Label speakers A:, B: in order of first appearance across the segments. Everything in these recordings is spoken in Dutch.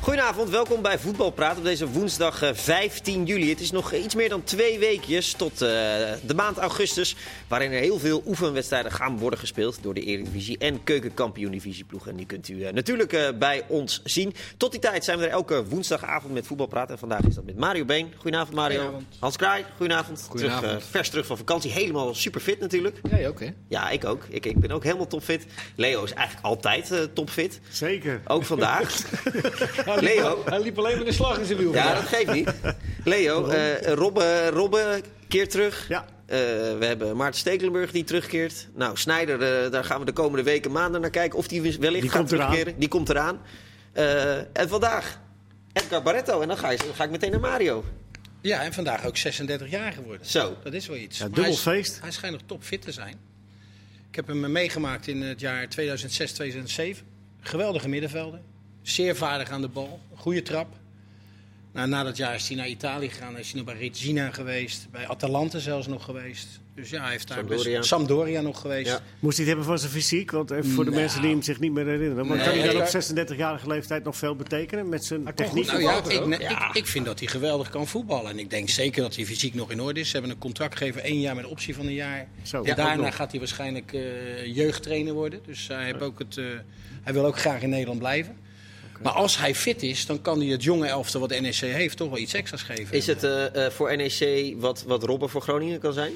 A: Goedenavond, welkom bij Voetbalpraat op deze woensdag eh, 15 juli. Het is nog iets meer dan twee weekjes tot eh, de maand augustus... waarin er heel veel oefenwedstrijden gaan worden gespeeld... door de Eredivisie en Keukenkampioen-divisieploeg. En die kunt u eh, natuurlijk eh, bij ons zien. Tot die tijd zijn we er elke woensdagavond met Voetbalpraat. En vandaag is dat met Mario Been. Goedenavond Mario.
B: Goedenavond.
A: Hans Kraai, goedenavond.
B: Goedenavond.
A: Terug, eh, vers terug van vakantie, helemaal superfit natuurlijk.
B: Jij ook, hè?
A: Ja, ik ook. Ik, ik ben ook helemaal topfit. Leo is eigenlijk altijd eh, topfit.
C: Zeker.
A: Ook vandaag. Leo.
B: Hij liep alleen maar de slag in zijn wiel.
A: Ja, dat geeft niet. Leo, eh Robbe, Robbe keert terug.
C: Ja.
A: Eh, we hebben Maarten Stekelenburg die terugkeert. Nou, Snijder, eh, daar gaan we de komende weken, maanden naar kijken of die wellicht
C: Die
A: gaat
C: komt eraan.
A: terugkeren. Die komt eraan. Eh, en vandaag Edgar Barretto. En dan ga, je, dan ga ik meteen naar Mario.
D: Ja, en vandaag ook 36 jaar geworden.
A: Zo.
D: Dat is wel iets.
C: Ja,
D: Maar
C: dubbel
D: hij is-
C: feest.
D: Hij schijnt nog topfit te zijn. Ik heb hem eh, meegemaakt in het jaar 2006, 2007. Geweldige middenvelder. Zeer vaardig aan de bal. Goede trap. Nou, na dat jaar is hij naar Italië gegaan. Is hij nog bij Regina geweest. Bij Atalanta zelfs nog geweest. Dus ja, hij heeft daar
A: Sampdoria.
D: best... Sampdoria nog geweest.
A: Ja.
C: Moest hij het hebben van zijn fysiek? Want even voor de
D: Nou.
C: mensen die hem zich niet meer herinneren. Maar
D: Nee.
C: kan hij dan
D: Nee.
C: op 36-jarige leeftijd nog veel betekenen met zijn techniek?
D: Nou ja, ik,
A: ook.
D: ik- ik, ik vind dat hij geweldig kan voetballen. En ik denk zeker dat hij fysiek nog in orde is. Ze hebben een contract gegeven, één jaar met optie van een jaar.
C: Zo,
D: En
C: ja, ook
D: daarna
C: nog.
D: gaat hij waarschijnlijk eh, jeugdtrainer worden. Dus hij, heeft ook het, eh, hij wil ook graag in Nederland blijven. Maar als hij fit is, dan kan hij het jonge elftal wat de NEC heeft toch wel iets extra's geven.
A: Is het eh, eh, voor NEC wat, wat Robbe voor Groningen kan zijn?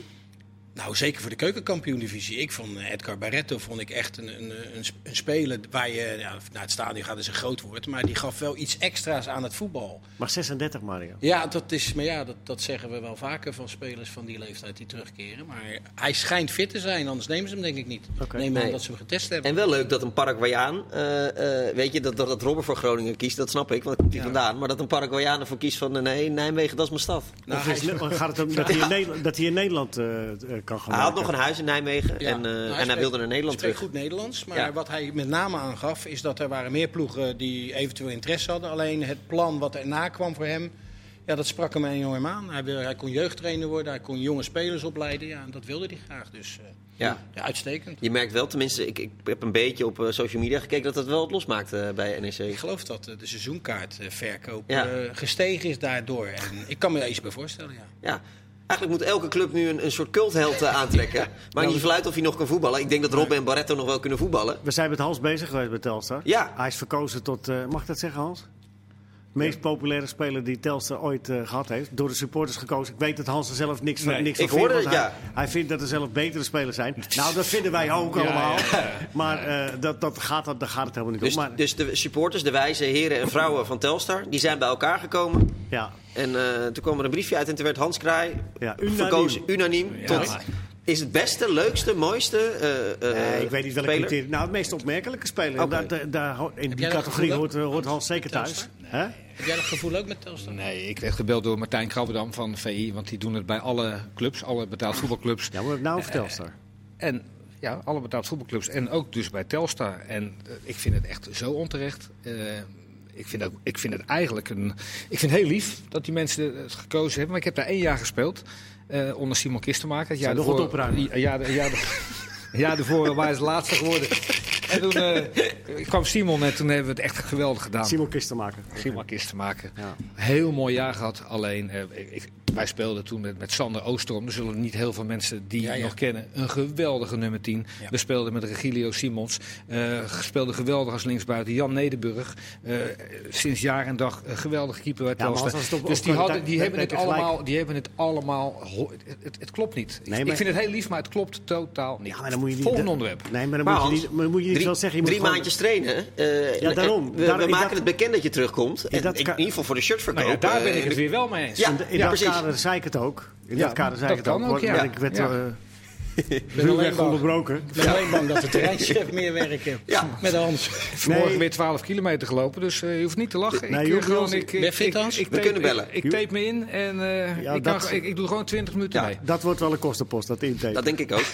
D: Nou, zeker voor de keukenkampioen-divisie. Ik vond eh, Edgar Barretto vond ik echt een, een, een, sp- een speler waar je ja, naar het stadion gaat, is een groot woord. Maar die gaf wel iets extra's aan het voetbal.
C: Maar 36, Mario.
D: Ja, dat is, maar ja, dat, dat zeggen we wel vaker van spelers van die leeftijd die terugkeren. Maar hij schijnt fit te zijn, anders nemen ze hem denk ik niet.
C: Oké.
D: Neem aan
A: Nee.
D: dat ze hem getest hebben.
A: En wel leuk dat een Paraguayaan, eh, eh, weet je, dat, dat, dat Robbe voor Groningen kiest, dat snap ik, want daar komt hij vandaan. Maar dat een Paraguayaan ervoor kiest van, eh, nee, Nijmegen, dat is mijn stad.
D: Nou,
C: of
D: hij
C: is,
D: is-
C: gaat het om dat hij in Nederland, dat hij in Nederland eh, eh, kan gaan
A: Hij had
C: werken?
A: nog een huis in Nijmegen
D: ja.
A: en, eh,
D: Nou,
A: en hij
D: spreekt-
A: wilde naar Nederland
D: spreekt
A: terug.
D: goed Nederlands, maar
A: Ja.
D: wat hij met name aangaf is dat er waren meer ploegen die eventueel interesse hadden. Alleen het plan wat erna kwam voor hem, ja, dat sprak hem enorm aan. Hij, wil, hij kon jeugdtrainer worden, hij kon jonge spelers opleiden. Ja, en dat wilde hij graag, dus eh,
A: Ja.
D: ja, uitstekend.
A: Je merkt wel, tenminste, ik, ik heb een beetje op eh, social media gekeken dat dat wel wat losmaakt eh, bij
D: Ik
A: NEC.
D: geloof dat eh, de seizoenkaartverkoop
A: Ja.
D: eh, gestegen is daardoor. En ik kan me daar iets bij voorstellen, ja.
A: Ja. Eigenlijk moet elke club nu een, een soort cultheld eh, aantrekken. Maakt niet veel uit of hij nog kan voetballen. Ik denk dat Robben en Barretto nog wel kunnen voetballen.
C: We zijn met Hans bezig geweest bij Telstar.
A: Ja.
C: Hij is verkozen tot, eh, mag ik dat zeggen Hans? Meest populaire speler die Telstar ooit eh, gehad heeft. Door de supporters gekozen. Ik weet dat Hans er zelf niks van,
B: Nee.
C: niks van
A: Ik hoorde
C: vindt, want
A: het,
C: hij, hij vindt dat er zelf betere spelers zijn. Nou, dat vinden wij ook
B: Ja,
C: allemaal.
B: ja,
C: Maar eh, dat, dat gaat, dat, daar gaat het helemaal niet
A: Dus,
C: om. Maar,
A: dus de supporters, de wijze heren en vrouwen van Telstar, die zijn bij elkaar gekomen.
C: ja.
A: En eh, toen kwam er een briefje uit en toen werd Hans Kraai
C: Ja, unaniem.
A: verkozen, unaniem, tot...
B: maar-
A: Is het beste, leukste, mooiste eh, eh,
C: Eh, ik weet niet welke
A: speler?
C: criteria. Nou, het meest opmerkelijke speler.
A: Oké.
C: Daar- daar- daar ho- in die
D: jij dat
C: categorie
D: gevoel
C: hoort, eh, hoort Hans zeker
D: Telstar?
C: thuis. Hè?
D: Heb jij dat gevoel ook met Telstar?
B: Nee, ik werd gebeld door Martijn Krabbedam van VI, want die doen het bij alle clubs, alle betaald voetbalclubs.
C: Ja, maar nou
A: Eh,
C: Telstar.
B: En ja, alle betaald voetbalclubs en ook dus bij Telstar. En eh, ik vind het echt zo onterecht. Eh, ik, vind ook, ik vind het eigenlijk een... Ik vind het heel lief dat die mensen het gekozen hebben. Maar ik heb daar één jaar gespeeld eh, onder Simon Kistenmaker. Het jaar
C: Zou nog wat
B: ervoor-
C: opruimen?
B: Ja, ja, ja, ja, daarvoor waren ze laatste geworden. En toen eh, kwam Simon en toen hebben we het echt geweldig
A: eh.
B: gedaan.
C: Simon Kistenmaker.
B: Prima kist te maken.
C: Ja.
B: Heel mooi jaar gehad. Alleen, eh, ik- ik, wij speelden toen met, met Sander Oosterom. Er zullen niet heel veel mensen die
D: Ja, ja.
B: nog kennen. Een geweldige nummer 10.
D: Ja.
B: We speelden met Regilio Simons. eh speelden geweldig als linksbuiten. Jan Nederburg. eh, sinds jaar en dag een geweldige keeper bij
C: Ja, maar
B: Telstar.
C: als het op-
B: dus
C: op
B: die, hadden,
C: kwaliteit-
B: die, hebben
C: ben-
B: het
C: ben ik er gelijk.
B: allemaal, die hebben het allemaal... ho- Het, het, het klopt niet. Ik-
C: Nee,
B: ik,
C: maar-
B: vind het heel lief, maar het klopt totaal niet.
C: Ja, maar dan moet je niet...
B: Volgende
C: dat-
B: onderwerp.
C: Nee, maar dan
A: Maar
C: moet je
A: Hans,
C: niet, maar dan moet je niet
A: drie,
C: zo zeggen. Je moet
A: drie
C: gewoon-
A: maandjes trainen. eh,
C: Ja,
A: en-
C: daarom.
A: we we
C: Daar- in
A: maken
C: dat-
A: het bekend dat je terugkomt. En
C: dat
A: ik-
C: ka-
A: in ieder geval voor de shirtverkoop.
B: Nou ja, daar ben
A: eh,
B: ik het weer wel mee eens.
A: Ja,
C: In, de- in
A: ja,
C: dat
A: precies.
C: kader zei ik het ook. In
B: Ja,
C: dat kader zei
B: dat
C: ik het ook.
B: kan ook,
C: want-
B: ja.
C: Ik werd
B: Ja.
C: eh,
D: Ik ben alleen
C: ruwweg
D: bang,
C: onderbroken.
D: ik ben alleen bang dat de terreinchef meer werk heeft.
A: Ja.
D: Met Hans.
B: Vanmorgen
C: Nee.
B: weer 12 kilometer gelopen, dus eh, je hoeft niet te lachen.
C: Nee,
B: ik,
C: je hoeft
B: eh, gewoon,
C: niet te-
B: ik, ik,
D: Ben fit,
B: ik-
D: Hans?
B: ik
A: We
B: tape-
A: kunnen bellen.
B: Ik, ik tape me in en eh,
C: Ja,
B: ik,
C: dat-
B: kan- ik, ik doe gewoon 20 minuten
A: Ja.
B: mee.
C: Dat wordt wel een kostenpost, dat inteken.
A: Dat denk ik ook.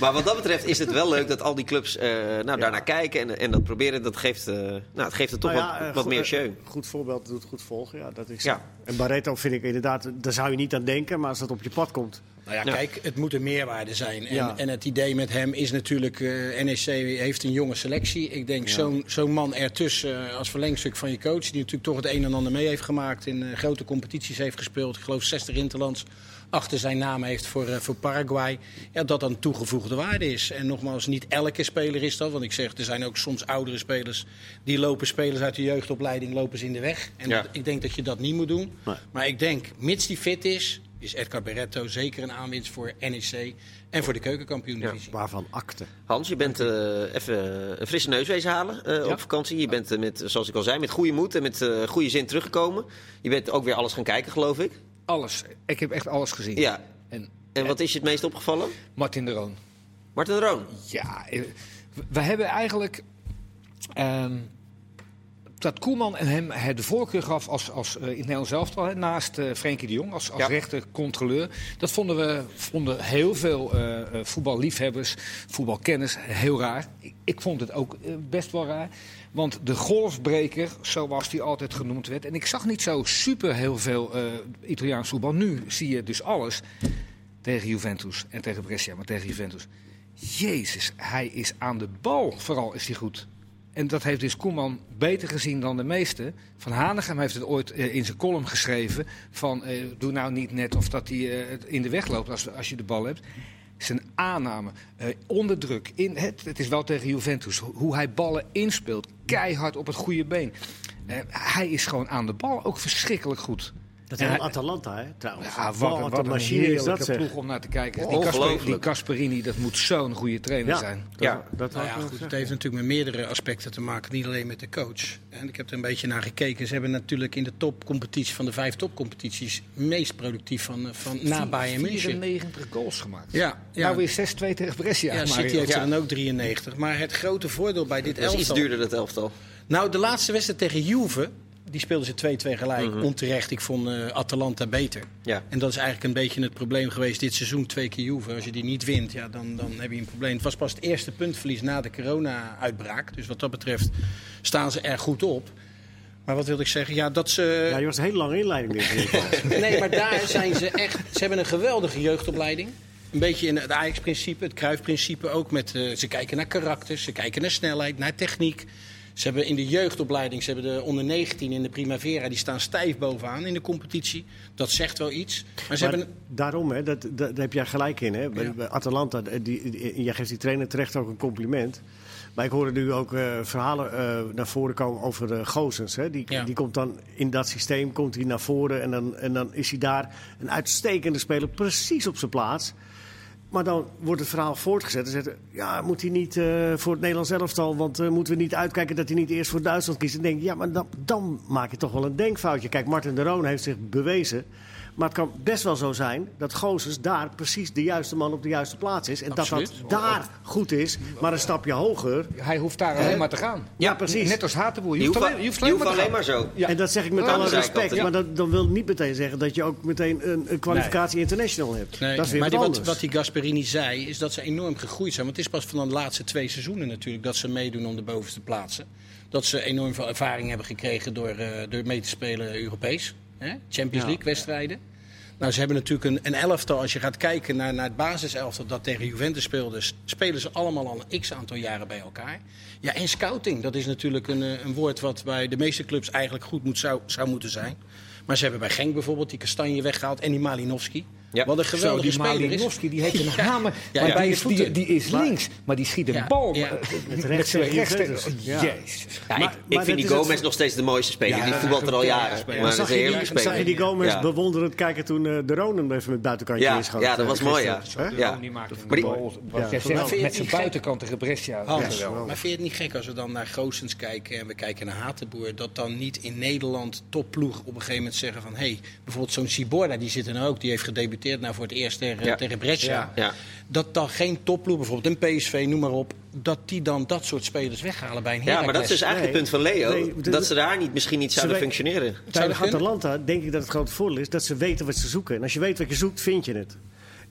A: Maar, wat dat betreft is het wel leuk dat al die clubs eh, nou, daarnaar kijken en, en dat proberen. Dat geeft, eh, nou, het geeft het toch
C: Nou ja,
A: wat,
C: eh,
A: wat
C: goed-
A: meer
C: eh,
A: show.
C: Goed voorbeeld doet goed volgen, ja, dat is
A: Ja.
C: En Barreto vind ik inderdaad, daar zou je niet aan denken, maar als dat op je pad komt...
D: Nou ja,
A: Ja.
D: kijk, het moet een meerwaarde zijn. En,
C: Ja.
D: en het idee met hem is natuurlijk, eh, NEC heeft een jonge selectie. Ik denk zo'n zo'n man ertussen eh, als verlengstuk van je coach, die natuurlijk toch het een en ander mee heeft gemaakt, in eh, grote competities heeft gespeeld, ik geloof 60 interlands achter zijn naam heeft voor, eh, voor Paraguay, ja, dat dan toegevoegde waarde is. En nogmaals, niet elke speler is dat, want ik zeg, er zijn ook soms oudere spelers die lopen spelers uit de jeugdopleiding lopen ze in de weg. En
A: Ja.
D: dat- ik denk dat je dat niet moet doen.
C: Nee.
D: Maar ik denk, mits die fit is, is Edgar Berretto zeker een aanwinst voor NEC en voor de keukenkampioen-divisie.
C: Waarvan akte.
A: Hans, je bent eh, even een frisse neuswezen halen eh, op vakantie. Je bent, eh, met, zoals ik al zei, met goede moed en met eh, goede zin teruggekomen. Je bent ook weer alles gaan kijken, geloof ik.
B: Alles. Ik heb echt alles gezien.
A: Ja.
B: En
A: En wat is je het meest opgevallen?
B: Martin de Roon.
A: Martin Roon.
B: Ja, eh, we hebben eigenlijk. ehm, dat Koeman en hem het de voorkeur gaf als, als eh, in het Nederlands elftal, hè, naast eh Frenkie de Jong als, als
A: Ja.
B: rechtercontroleur. Dat vonden we vonden heel veel eh, eh, voetballiefhebbers, voetbalkenners heel raar. Ik, ik vond het ook eh, best wel raar. Want de golfbreker, zoals die altijd genoemd werd, en ik zag niet zo super heel veel eh, Italiaans voetbal. Nu zie je dus alles tegen Juventus en tegen Brescia, maar tegen Juventus. Jezus, hij is aan de bal. Vooral is hij goed. En dat heeft dus Koeman beter gezien dan de meesten. Van Hanegem heeft het ooit eh, in zijn column geschreven. Van eh, doe nou niet net of dat hij eh, het in de weg loopt als, als je de bal hebt. Zijn aanname, eh, onder druk. In, het, het is wel tegen Juventus. ho- Hoe hij ballen inspeelt. Keihard op het goede been. Eh, hij is gewoon aan de bal ook verschrikkelijk goed.
C: Dat
B: En
C: is
B: hij-
C: Atalanta, hè, trouwens.
B: ja, wat, een-
C: een
B: wat een
C: machine is dat,
B: heerlijke
C: zeg.
B: ploeg om naar te kijken. Die
A: Ongelooflijk.
B: Casper- Die Casperini, dat moet zo'n goede trainer zijn.
C: dat-
A: Ja.
C: dat
D: Nou
C: wou
D: ja,
C: ik nog
D: goed, het
C: zeggen.
D: heeft natuurlijk met meerdere aspecten te maken, niet alleen met de coach. En ik heb er een beetje naar gekeken. Ze hebben natuurlijk in de topcompetitie van de vijf topcompetities meest productief van, eh, van na Bayern München.
B: 94 goals gemaakt.
D: Ja, ja.
B: Nou weer 6-2 tegen Brescia.
D: ja,
B: Mario.
D: City heeft
A: Ja.
D: er dan ook 93. Maar het grote voordeel bij dit
A: Dat is iets
D: elftal...
A: duurder, dat elftal.
D: Nou, de laatste wedstrijd tegen Juve, die speelden ze 2-2 gelijk. Onterecht, ik vond eh, Atalanta beter.
A: Ja.
D: En dat is eigenlijk een beetje het probleem geweest dit seizoen. Twee keer Juve, als je die niet wint, ja, dan, dan heb je een probleem. Het was pas het eerste puntverlies na de corona-uitbraak. Dus wat dat betreft staan ze er goed op. Maar wat wilde ik zeggen? Ja, dat ze...
C: Ja, je was een hele lange inleiding. dit, Nico.
D: Nee, maar daar zijn ze echt. Ze hebben een geweldige jeugdopleiding. Een beetje in het Ajax-principe, het Cruijff-principe ook. Met, eh, ze kijken naar karakter, ze kijken naar snelheid, naar techniek. Ze hebben in de jeugdopleiding, ze hebben de onder 19 in de Primavera, die staan stijf bovenaan in de competitie. Dat zegt wel iets. Maar ze
C: Maar
D: hebben.
C: Daarom, hè, dat, dat, daar heb jij gelijk in. Hè? Bij,
D: Ja.
C: bij Atalanta, eh, die, die- jij geeft die trainer terecht ook een compliment. Maar ik hoorde nu ook eh, verhalen eh, naar voren komen over eh Gozens. Hè? Die,
D: Ja.
C: die komt dan in dat systeem komt hij naar voren en dan, en dan is hij daar een uitstekende speler, precies op zijn plaats. Maar dan wordt het verhaal voortgezet. Dan zegt, ja, moet hij niet eh, voor het Nederlands elftal? Want eh, moeten we niet uitkijken dat hij niet eerst voor Duitsland kiest? En denk ik, ja, maar dan, dan maak je toch wel een denkfoutje. Kijk, Martin de Roon heeft zich bewezen. Maar het kan best wel zo zijn dat Gozes daar precies de juiste man op de juiste plaats is. En dat
D: Absoluut.
C: dat daar goed is, maar een stapje hoger.
B: Hij hoeft daar alleen maar te gaan.
C: Ja, precies.
B: Net als Hatenboer. Je
A: Die
B: hoeft
A: hoeft,
B: alleen,
A: al-
B: je hoeft
A: die
B: alleen
A: hoeft
B: maar te
A: alleen
B: gaan.
A: maar zo.
B: Ja.
C: En dat zeg ik met
B: Ja,
C: alle
A: dat zei ik
C: respect.
A: altijd, ja.
C: Maar dat, dan wil niet meteen zeggen dat je ook meteen een, een kwalificatie international hebt.
D: Nee,
C: dat is weer
D: maar
C: wat
D: die-
C: anders.
D: wat, wat die Gasperini zei, is dat ze enorm gegroeid zijn. Want het is pas van de laatste twee seizoenen natuurlijk dat ze meedoen om de bovenste plaatsen. Dat ze enorm veel ervaring hebben gekregen door, eh, door mee te spelen Europees. Hè? Champions
C: Ja.
D: League wedstrijden. Nou, ze hebben natuurlijk een, een elftal. Als je gaat kijken naar, naar het basiselftal dat tegen Juventus speelde, s- spelen ze allemaal al een x aantal jaren bij elkaar. Ja, en scouting, dat is natuurlijk een, eh, een woord wat bij de meeste clubs eigenlijk goed moet, zou, zou moeten zijn. Maar ze hebben bij Genk bijvoorbeeld die Kastanje weggehaald en die Malinowski.
A: Ja.
D: Wat een
B: Zo,
D: geweldige
B: die
D: speler is.
B: Malinowski, die heeft een
D: Ja.
B: hamer.
D: Ja,
B: maar
D: ja.
B: die, is, die,
D: Voeten.
B: die is links, maar die schiet een
D: Ja,
B: bal
D: ja.
B: eh,
C: Met
B: met
C: rechts
B: zijn
C: tegen
B: rechter.
D: dus.
C: Juventus. Ja.
B: Jezus.
A: Ja,
C: Maar-
A: ik ik
C: maar
A: vind die
C: dat is
A: Gomez
C: het-
A: nog steeds de mooiste speler. die voetbalt er al jaren. Maar dat is
C: zag,
A: een
C: je
A: heerlijke
C: die,
A: speler.
C: zag je die Gomez
A: Ja.
C: bewonderend kijken toen eh, de Ronen even met het buitenkantje
A: Ja,
C: inschoot?
A: ja, dat
C: eh,
A: was mooi, ja.
C: gisteren?
A: ja.
B: Oh, Die maakt een
A: Maar die-
B: bal, wat
C: Ja.
B: jij
C: Maar
B: zegt,
D: vind je
B: met
D: het
B: zijn
D: niet gek? Oh.
B: buitenkant tegen Brescia.
D: Hans,
C: Ja, wel.
D: maar vind je het niet gek als we dan naar Goosens kijken en we kijken naar Hatenboer, dat dan niet in Nederland topploeg op een gegeven moment zeggen van hé, hey, bijvoorbeeld zo'n Siborda, die zit er nou ook, die heeft gedebuteerd nou voor het eerst tegen,
A: Ja.
D: tegen Brescia.
B: Ja.
A: Ja.
D: Dat dan geen topploeg, bijvoorbeeld een PSV, noem maar op, dat die dan dat soort spelers weghalen bij een
A: ja, maar dat is dus
D: Heracles.
A: eigenlijk het punt van Leo.
C: Nee, dit-
A: dat ze daar niet, misschien niet zouden
C: wij-
A: functioneren.
D: Zou
C: Tijdens
D: dat kunnen?
C: Atalanta denk ik dat het grote voordeel is dat ze weten wat ze zoeken. En als je weet wat je zoekt, vind je het.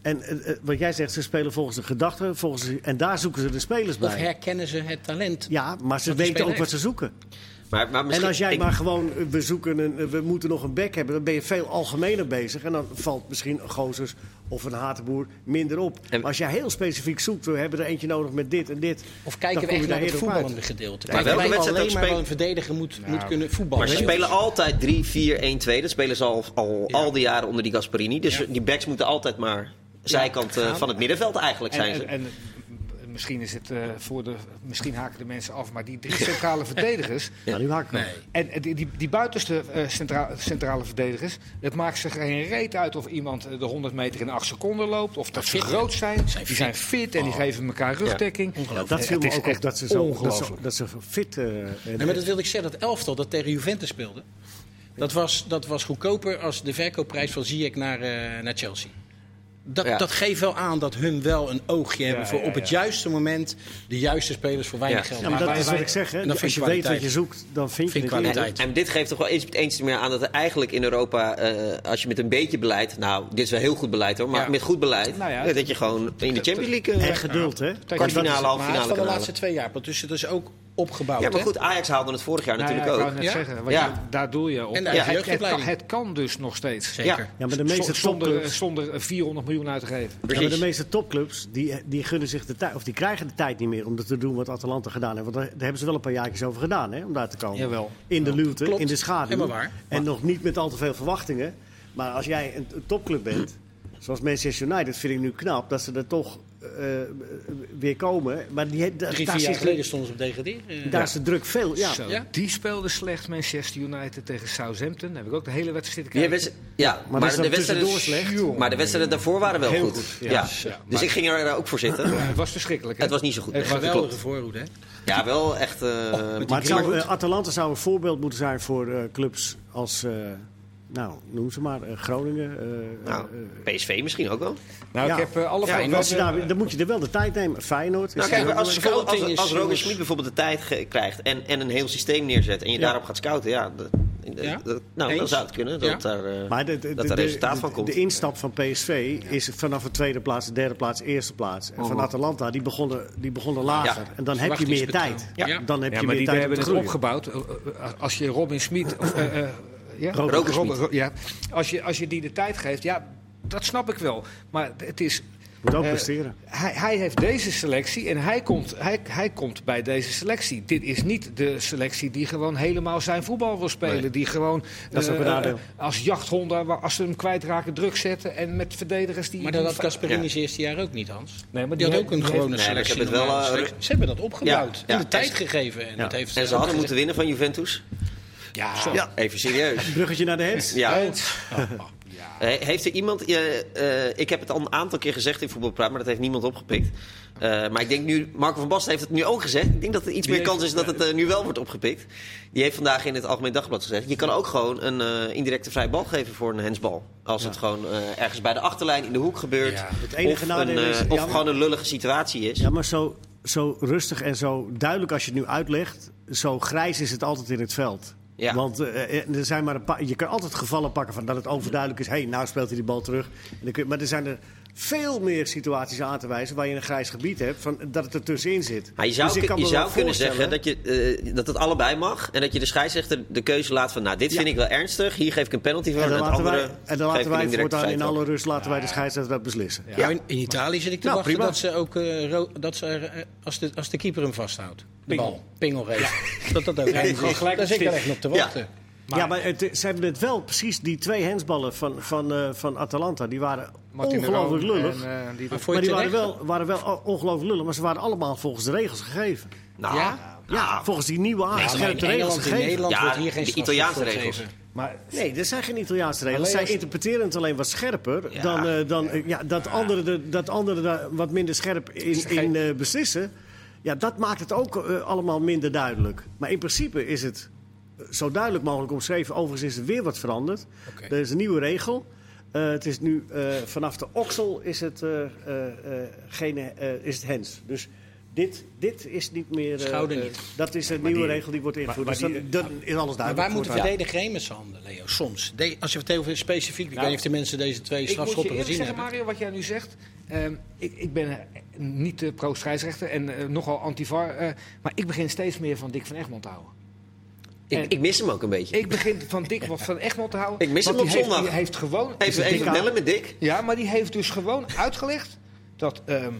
C: En eh, eh, wat jij zegt, ze spelen volgens de gedachten. Volgens de- en daar zoeken ze de spelers
D: Of
C: bij.
D: herkennen ze het talent?
C: Ja, maar ze
D: Wat de
C: weten ook
D: speler
C: wat ze zoeken.
A: Maar, maar misschien,
C: En als jij
A: ik-
C: maar gewoon, eh, we, zoeken een, eh, we moeten nog een bek hebben, dan ben je veel algemener bezig. En dan valt misschien een Gozers of een Hatenboer minder op.
A: En-
C: Maar als jij heel specifiek zoekt, we hebben er eentje nodig met dit en dit.
D: Of
C: dan
D: kijken we
C: kom je
D: echt
C: daar
D: naar het
C: eerder op
D: voetballende
C: uit.
D: gedeelte?
A: Maar
D: Kijken
A: welke
D: wij
A: wedstrijd
D: alleen
A: ook
D: maar wel
A: spelen-
D: een verdediger moet, moet kunnen voetballen.
A: Nou, Maar ze spelen altijd 3-4-1-2. Dat spelen ze al, al, al die jaren onder die Gasperini. Dus
D: Ja.
A: die backs moeten altijd maar zijkant eh,
D: gaan.
A: van het middenveld eigenlijk zijn ze.
B: En, en, en misschien, is het, eh, voor de, misschien haken de mensen af, maar die drie centrale verdedigers.
C: Ja, nu haak ik hem.
B: En eh, die, die, die buitenste eh, centra- centrale verdedigers. Het maakt zich geen reet uit of iemand eh, de 100 meter in 8 seconden loopt. Of dat ze
D: fit, hè?
B: groot zijn.
D: Zijn
B: die
D: fit. Oh.
B: zijn fit en die geven elkaar rugdekking. Eh,
D: Ongelooflijk.
C: Dat
B: Het
C: viel me
B: is
C: ook op,
B: echt
C: dat ze, zo, dat, ze,
B: ongelooflijk.
C: dat ze fit... eh, en-
D: Nee, maar dat wilde ik zeggen, dat elftal dat tegen Juventus speelde. Dat was, dat was goedkoper als de verkoopprijs van Ziyech naar, eh, naar Chelsea. Dat,
A: Ja.
D: dat geeft wel aan dat hun wel een oogje hebben voor
B: ja,
D: op het
B: ja.
D: juiste moment de juiste spelers voor weinig
A: Ja.
D: geld.
C: Ja, maar dat
B: wij-
C: is wat
B: wij-
C: ik zeg, hè.
D: en dat vind
C: Als je
D: ik
C: weet wat
D: kwaliteit.
C: je zoekt, dan vind je
D: Vind ik
C: het eerder.
D: kwaliteit.
A: En dit geeft toch wel eens, eens meer aan dat er eigenlijk in Europa, eh, als je met een beetje beleid, nou, dit is wel heel goed beleid hoor, maar
D: Ja.
A: met goed beleid,
B: Nou ja,
A: eh, dat je gewoon in de Champions League eh,
C: En geduld, hè.
A: kwartfinale, halve
D: Maar het is
A: finale
D: van de
A: kan
D: laatste
A: halen.
D: twee jaar, want dus dat is ook opgebouwd.
A: Ja, maar
D: hè?
A: goed, Ajax haalde het vorig jaar
B: Nou
A: natuurlijk
B: ja, ik wou
A: ook.
B: net
D: Ja?
B: zeggen, want
A: Ja.
B: je- daar doe je op.
D: En daar
B: het, het, het,
D: is de
B: kan,
D: jeugdopleiding.
B: het kan dus nog steeds.
D: Zeker.
A: Ja.
C: Ja, maar de meeste
B: Zonder- zonder,
C: topclubs...
B: zonder 400 miljoen uit te geven.
C: Ja, maar de
A: Precies.
C: meeste topclubs die, die gunnen zich de tijd, of die krijgen de tijd niet meer om dat te doen wat Atalanta gedaan heeft. Want daar, daar hebben ze wel een paar jaartjes over gedaan, hè, om daar te komen.
B: Jawel.
C: In de luwte,
D: Klopt.
C: in de schaduw.
D: Helemaal waar.
C: En nog niet met al te veel verwachtingen. Maar als jij een, een topclub bent, zoals Manchester United, vind ik nu knap dat ze er toch eh, weer komen. Maar die, da-
D: Drie,
C: daar,
D: vier jaar
C: zit,
D: geleden stonden ze op degraderen. Eh,
C: daar is de druk veel. Ja.
B: Zo,
D: Ja.
B: Die speelde slecht Manchester United tegen Southampton. Daar heb ik ook de hele wedstrijd zitten
A: Ja,
B: kijken.
A: wedst- ja, maar,
C: dat is
A: de
C: dan
A: wedstrijden
C: tussendoor slecht.
A: maar de wedstrijden daarvoor waren wel
C: Heel
A: goed.
C: goed,
A: Ja.
C: ja.
B: Ja,
A: Dus
B: maar-
A: ik ging er eh, ook voor zitten.
B: Het was verschrikkelijk. hè?
A: Het was niet zo goed.
B: Het
A: nee, dat
D: Geweldige
A: klopt.
D: voorhoede, hè?
A: Ja, wel echt. eh,
C: Maar het zou, eh, Atalanta zou een voorbeeld moeten zijn voor eh, clubs als, eh, nou, noem ze maar, eh, Groningen. eh,
A: nou,
C: eh,
A: PSV misschien ook wel.
B: Nou,
C: Ja.
B: ik heb eh, alle
A: Ja,
B: vijf
C: En
A: Wat,
C: als je
B: wel-
C: daar, dan moet je er wel de tijd nemen. Feyenoord.
A: Nou,
C: is
A: kijk,
C: er
A: maar als,
C: ook-
A: bijvoorbeeld- als,
D: scouting
A: als
D: is-
A: Roger Schmid bijvoorbeeld de tijd ge- krijgt en, en een heel systeem neerzet en je
C: Ja.
A: daarop gaat scouten, ja, dat,
D: Ja?
A: dat- nou, dan
D: Eens?
A: zou het kunnen dat
D: Ja.
A: daar, eh,
C: maar de, de-
A: dat
C: de-
A: daar resultaat
C: de-
A: van komt.
C: De instap van PSV is vanaf de tweede plaats, de derde plaats, eerste plaats. En van
B: Oh.
C: Atalanta, die begonnen, die begonnen lager.
A: Ja.
C: En dan heb je meer tijd.
D: Ja. Ja.
C: Dan heb
B: Ja,
C: je
B: maar
C: meer
B: die
C: tijd om
B: hebben
C: te
B: het
C: groeien.
B: opgebouwd. Eh, eh, Als je Robin Smit. of, eh, eh, ja?
C: Robert
A: Robert Smit.
B: Robert- ja. Als, je, als je die de tijd geeft, ja, dat snap ik wel. Maar het is.
C: Moet ook
B: eh,
C: presteren.
B: hij, hij heeft deze selectie en hij komt, hij, hij komt bij deze selectie. Dit is niet de selectie die gewoon helemaal zijn voetbal wil spelen. Die gewoon
C: Dat is ook een
B: eh,
C: nadeel.
B: als jachthonden, wa- als ze hem kwijtraken, druk zetten. En met verdedigers die.
D: Maar dat had
B: die-
D: Gasperini zijn eerste jaar ook niet, Hans.
B: Nee, maar
D: die, had
B: heeft-
D: ook een
B: heeft-
D: gewone
A: Nee, maar ik
D: selectie.
A: heb het wel,
D: normale
A: eh,
D: selectie. ze hebben dat opgebouwd
A: Ja,
D: en
A: ja.
D: de tijd gegeven. En,
C: Ja.
D: dat heeft
A: en ze hadden moeten winnen van Juventus.
D: Ja,
A: Ja. Even serieus.
C: Bruggetje naar de hens.
A: Ja.
D: Oh,
A: He- Heeft er iemand, eh, eh, ik heb het al een aantal keer gezegd in voetbalpraat, maar dat heeft niemand opgepikt. Eh, maar ik denk nu, Marco van Basten heeft het nu ook gezegd. Ik denk dat er iets
B: Die
A: meer kans
B: heeft-
A: is dat het eh, nu wel wordt opgepikt. Die heeft vandaag in het Algemeen Dagblad gezegd. Je kan ook gewoon een eh, indirecte vrij bal geven voor een hensbal. Als het gewoon eh, ergens bij de achterlijn in de hoek gebeurt.
D: Ja.
C: Het enige
A: of een,
C: nadeel
A: eh,
C: is-
A: of
C: ja, maar-
A: gewoon een lullige situatie is.
C: Ja, maar zo, zo rustig en zo duidelijk als je het nu uitlegt, zo grijs is het altijd in het veld.
A: Ja.
C: Want eh, eh, er zijn maar een paar. Je kan altijd gevallen pakken van dat het overduidelijk is. Hé, hey, nou speelt hij die bal terug. En dan kun je- maar er zijn er veel meer situaties aan te wijzen waar je een grijs gebied hebt, van, dat het ertussenin zit.
A: Maar je zou,
C: Dus ik
A: kun-
C: kan
A: je
C: me wel
A: zou kunnen
C: voorstellen-
A: zeggen dat, je, eh, dat het allebei mag. En dat je de scheidsrechter de keuze laat van... nou, dit
C: Ja.
A: vind ik wel ernstig. Hier geef ik een penalty voor.
C: En
A: En,
C: dan
A: het
C: laten
A: andere
C: wij, en dan
A: geef ik
C: laten
A: een
C: wij
A: indirecte
C: voortaan in
A: vrijtrap.
C: alle rust laten wij de scheidsrechter dat beslissen.
D: Ja, in, in Italië zit ik te
C: Nou,
D: wachten
C: prima.
D: dat ze ook eh, ro- dat ze, er, eh, als, de, als de keeper hem vasthoudt. De bal. Pingel geeft. Dat dat ook.
B: gewoon gelijk
D: Daar zit ik
B: op
D: er
B: stick.
D: echt op te wachten.
C: ja, maar het, ze hebben het wel precies die twee hensballen van, van, eh, van Atalanta. Die waren
B: Martin de Roon
C: ongelooflijk lullig.
B: en, eh, die-
D: Maar vond
C: Maar
D: je
C: die waren
D: terecht?
C: wel, waren wel o- ongelooflijk lullig, maar ze waren allemaal volgens de regels gegeven.
A: Nou,
D: Ja?
C: Ja, volgens die nieuwe
D: maar in
C: aangescherpte regels
D: Engeland, in
C: gegeven.
D: Nederland
A: Ja,
D: wordt hier geen
A: de
D: straf
A: Italiaanse
D: voor
A: regels.
D: gegeven.
B: Maar
C: Nee, er zijn geen Italiaanse regels.
B: Alleen
C: Zij
B: als-
C: interpreteren het alleen wat scherper
A: Ja.
C: dan, eh, dan eh, ja, dat anderen de- dat anderen daar wat minder scherp in, in eh, beslissen. Ja, dat maakt het ook eh, allemaal minder duidelijk. Maar in principe is het eh, zo duidelijk mogelijk omschreven. Overigens is er weer wat veranderd.
D: Oké.
C: Er is een nieuwe regel. Eh, het is nu eh, vanaf de oksel is het, eh, eh, eh, geen, eh, is het hens. Dus dit, dit is niet meer. eh,
D: Schouder
C: eh,
D: niet.
C: dat is een nieuwe regel die wordt ingevoerd.
B: maar
C: dus dan, dan is alles duidelijk.
D: Maar wij moeten
C: voortaan.
D: verdedigen heen met z'n handen, Leo. Soms. De- als je het over specifiek... Ik weet niet of de mensen deze twee
B: Ik moet je
D: strafschoppen
B: eerlijk
D: gezien
B: zeggen,
D: hebben.
B: Mario, wat jij nu zegt. ehm, ik, ik ben eh, niet de pro-scheidsrechter en eh, nogal antivar. eh, maar ik begin steeds meer van Dick van Egmond te houden. En-
A: Ik, ik mis hem ook een beetje.
B: Ik begin van Dick wat van echt wel te houden.
A: Ik mis
B: want
A: hem op
B: die heeft,
A: zondag.
B: Die heeft gewoon.
A: even
B: is het
A: even
B: Dick aan?
A: bellen met Dick.
B: Ja, maar die heeft dus gewoon uitgelegd dat. ehm,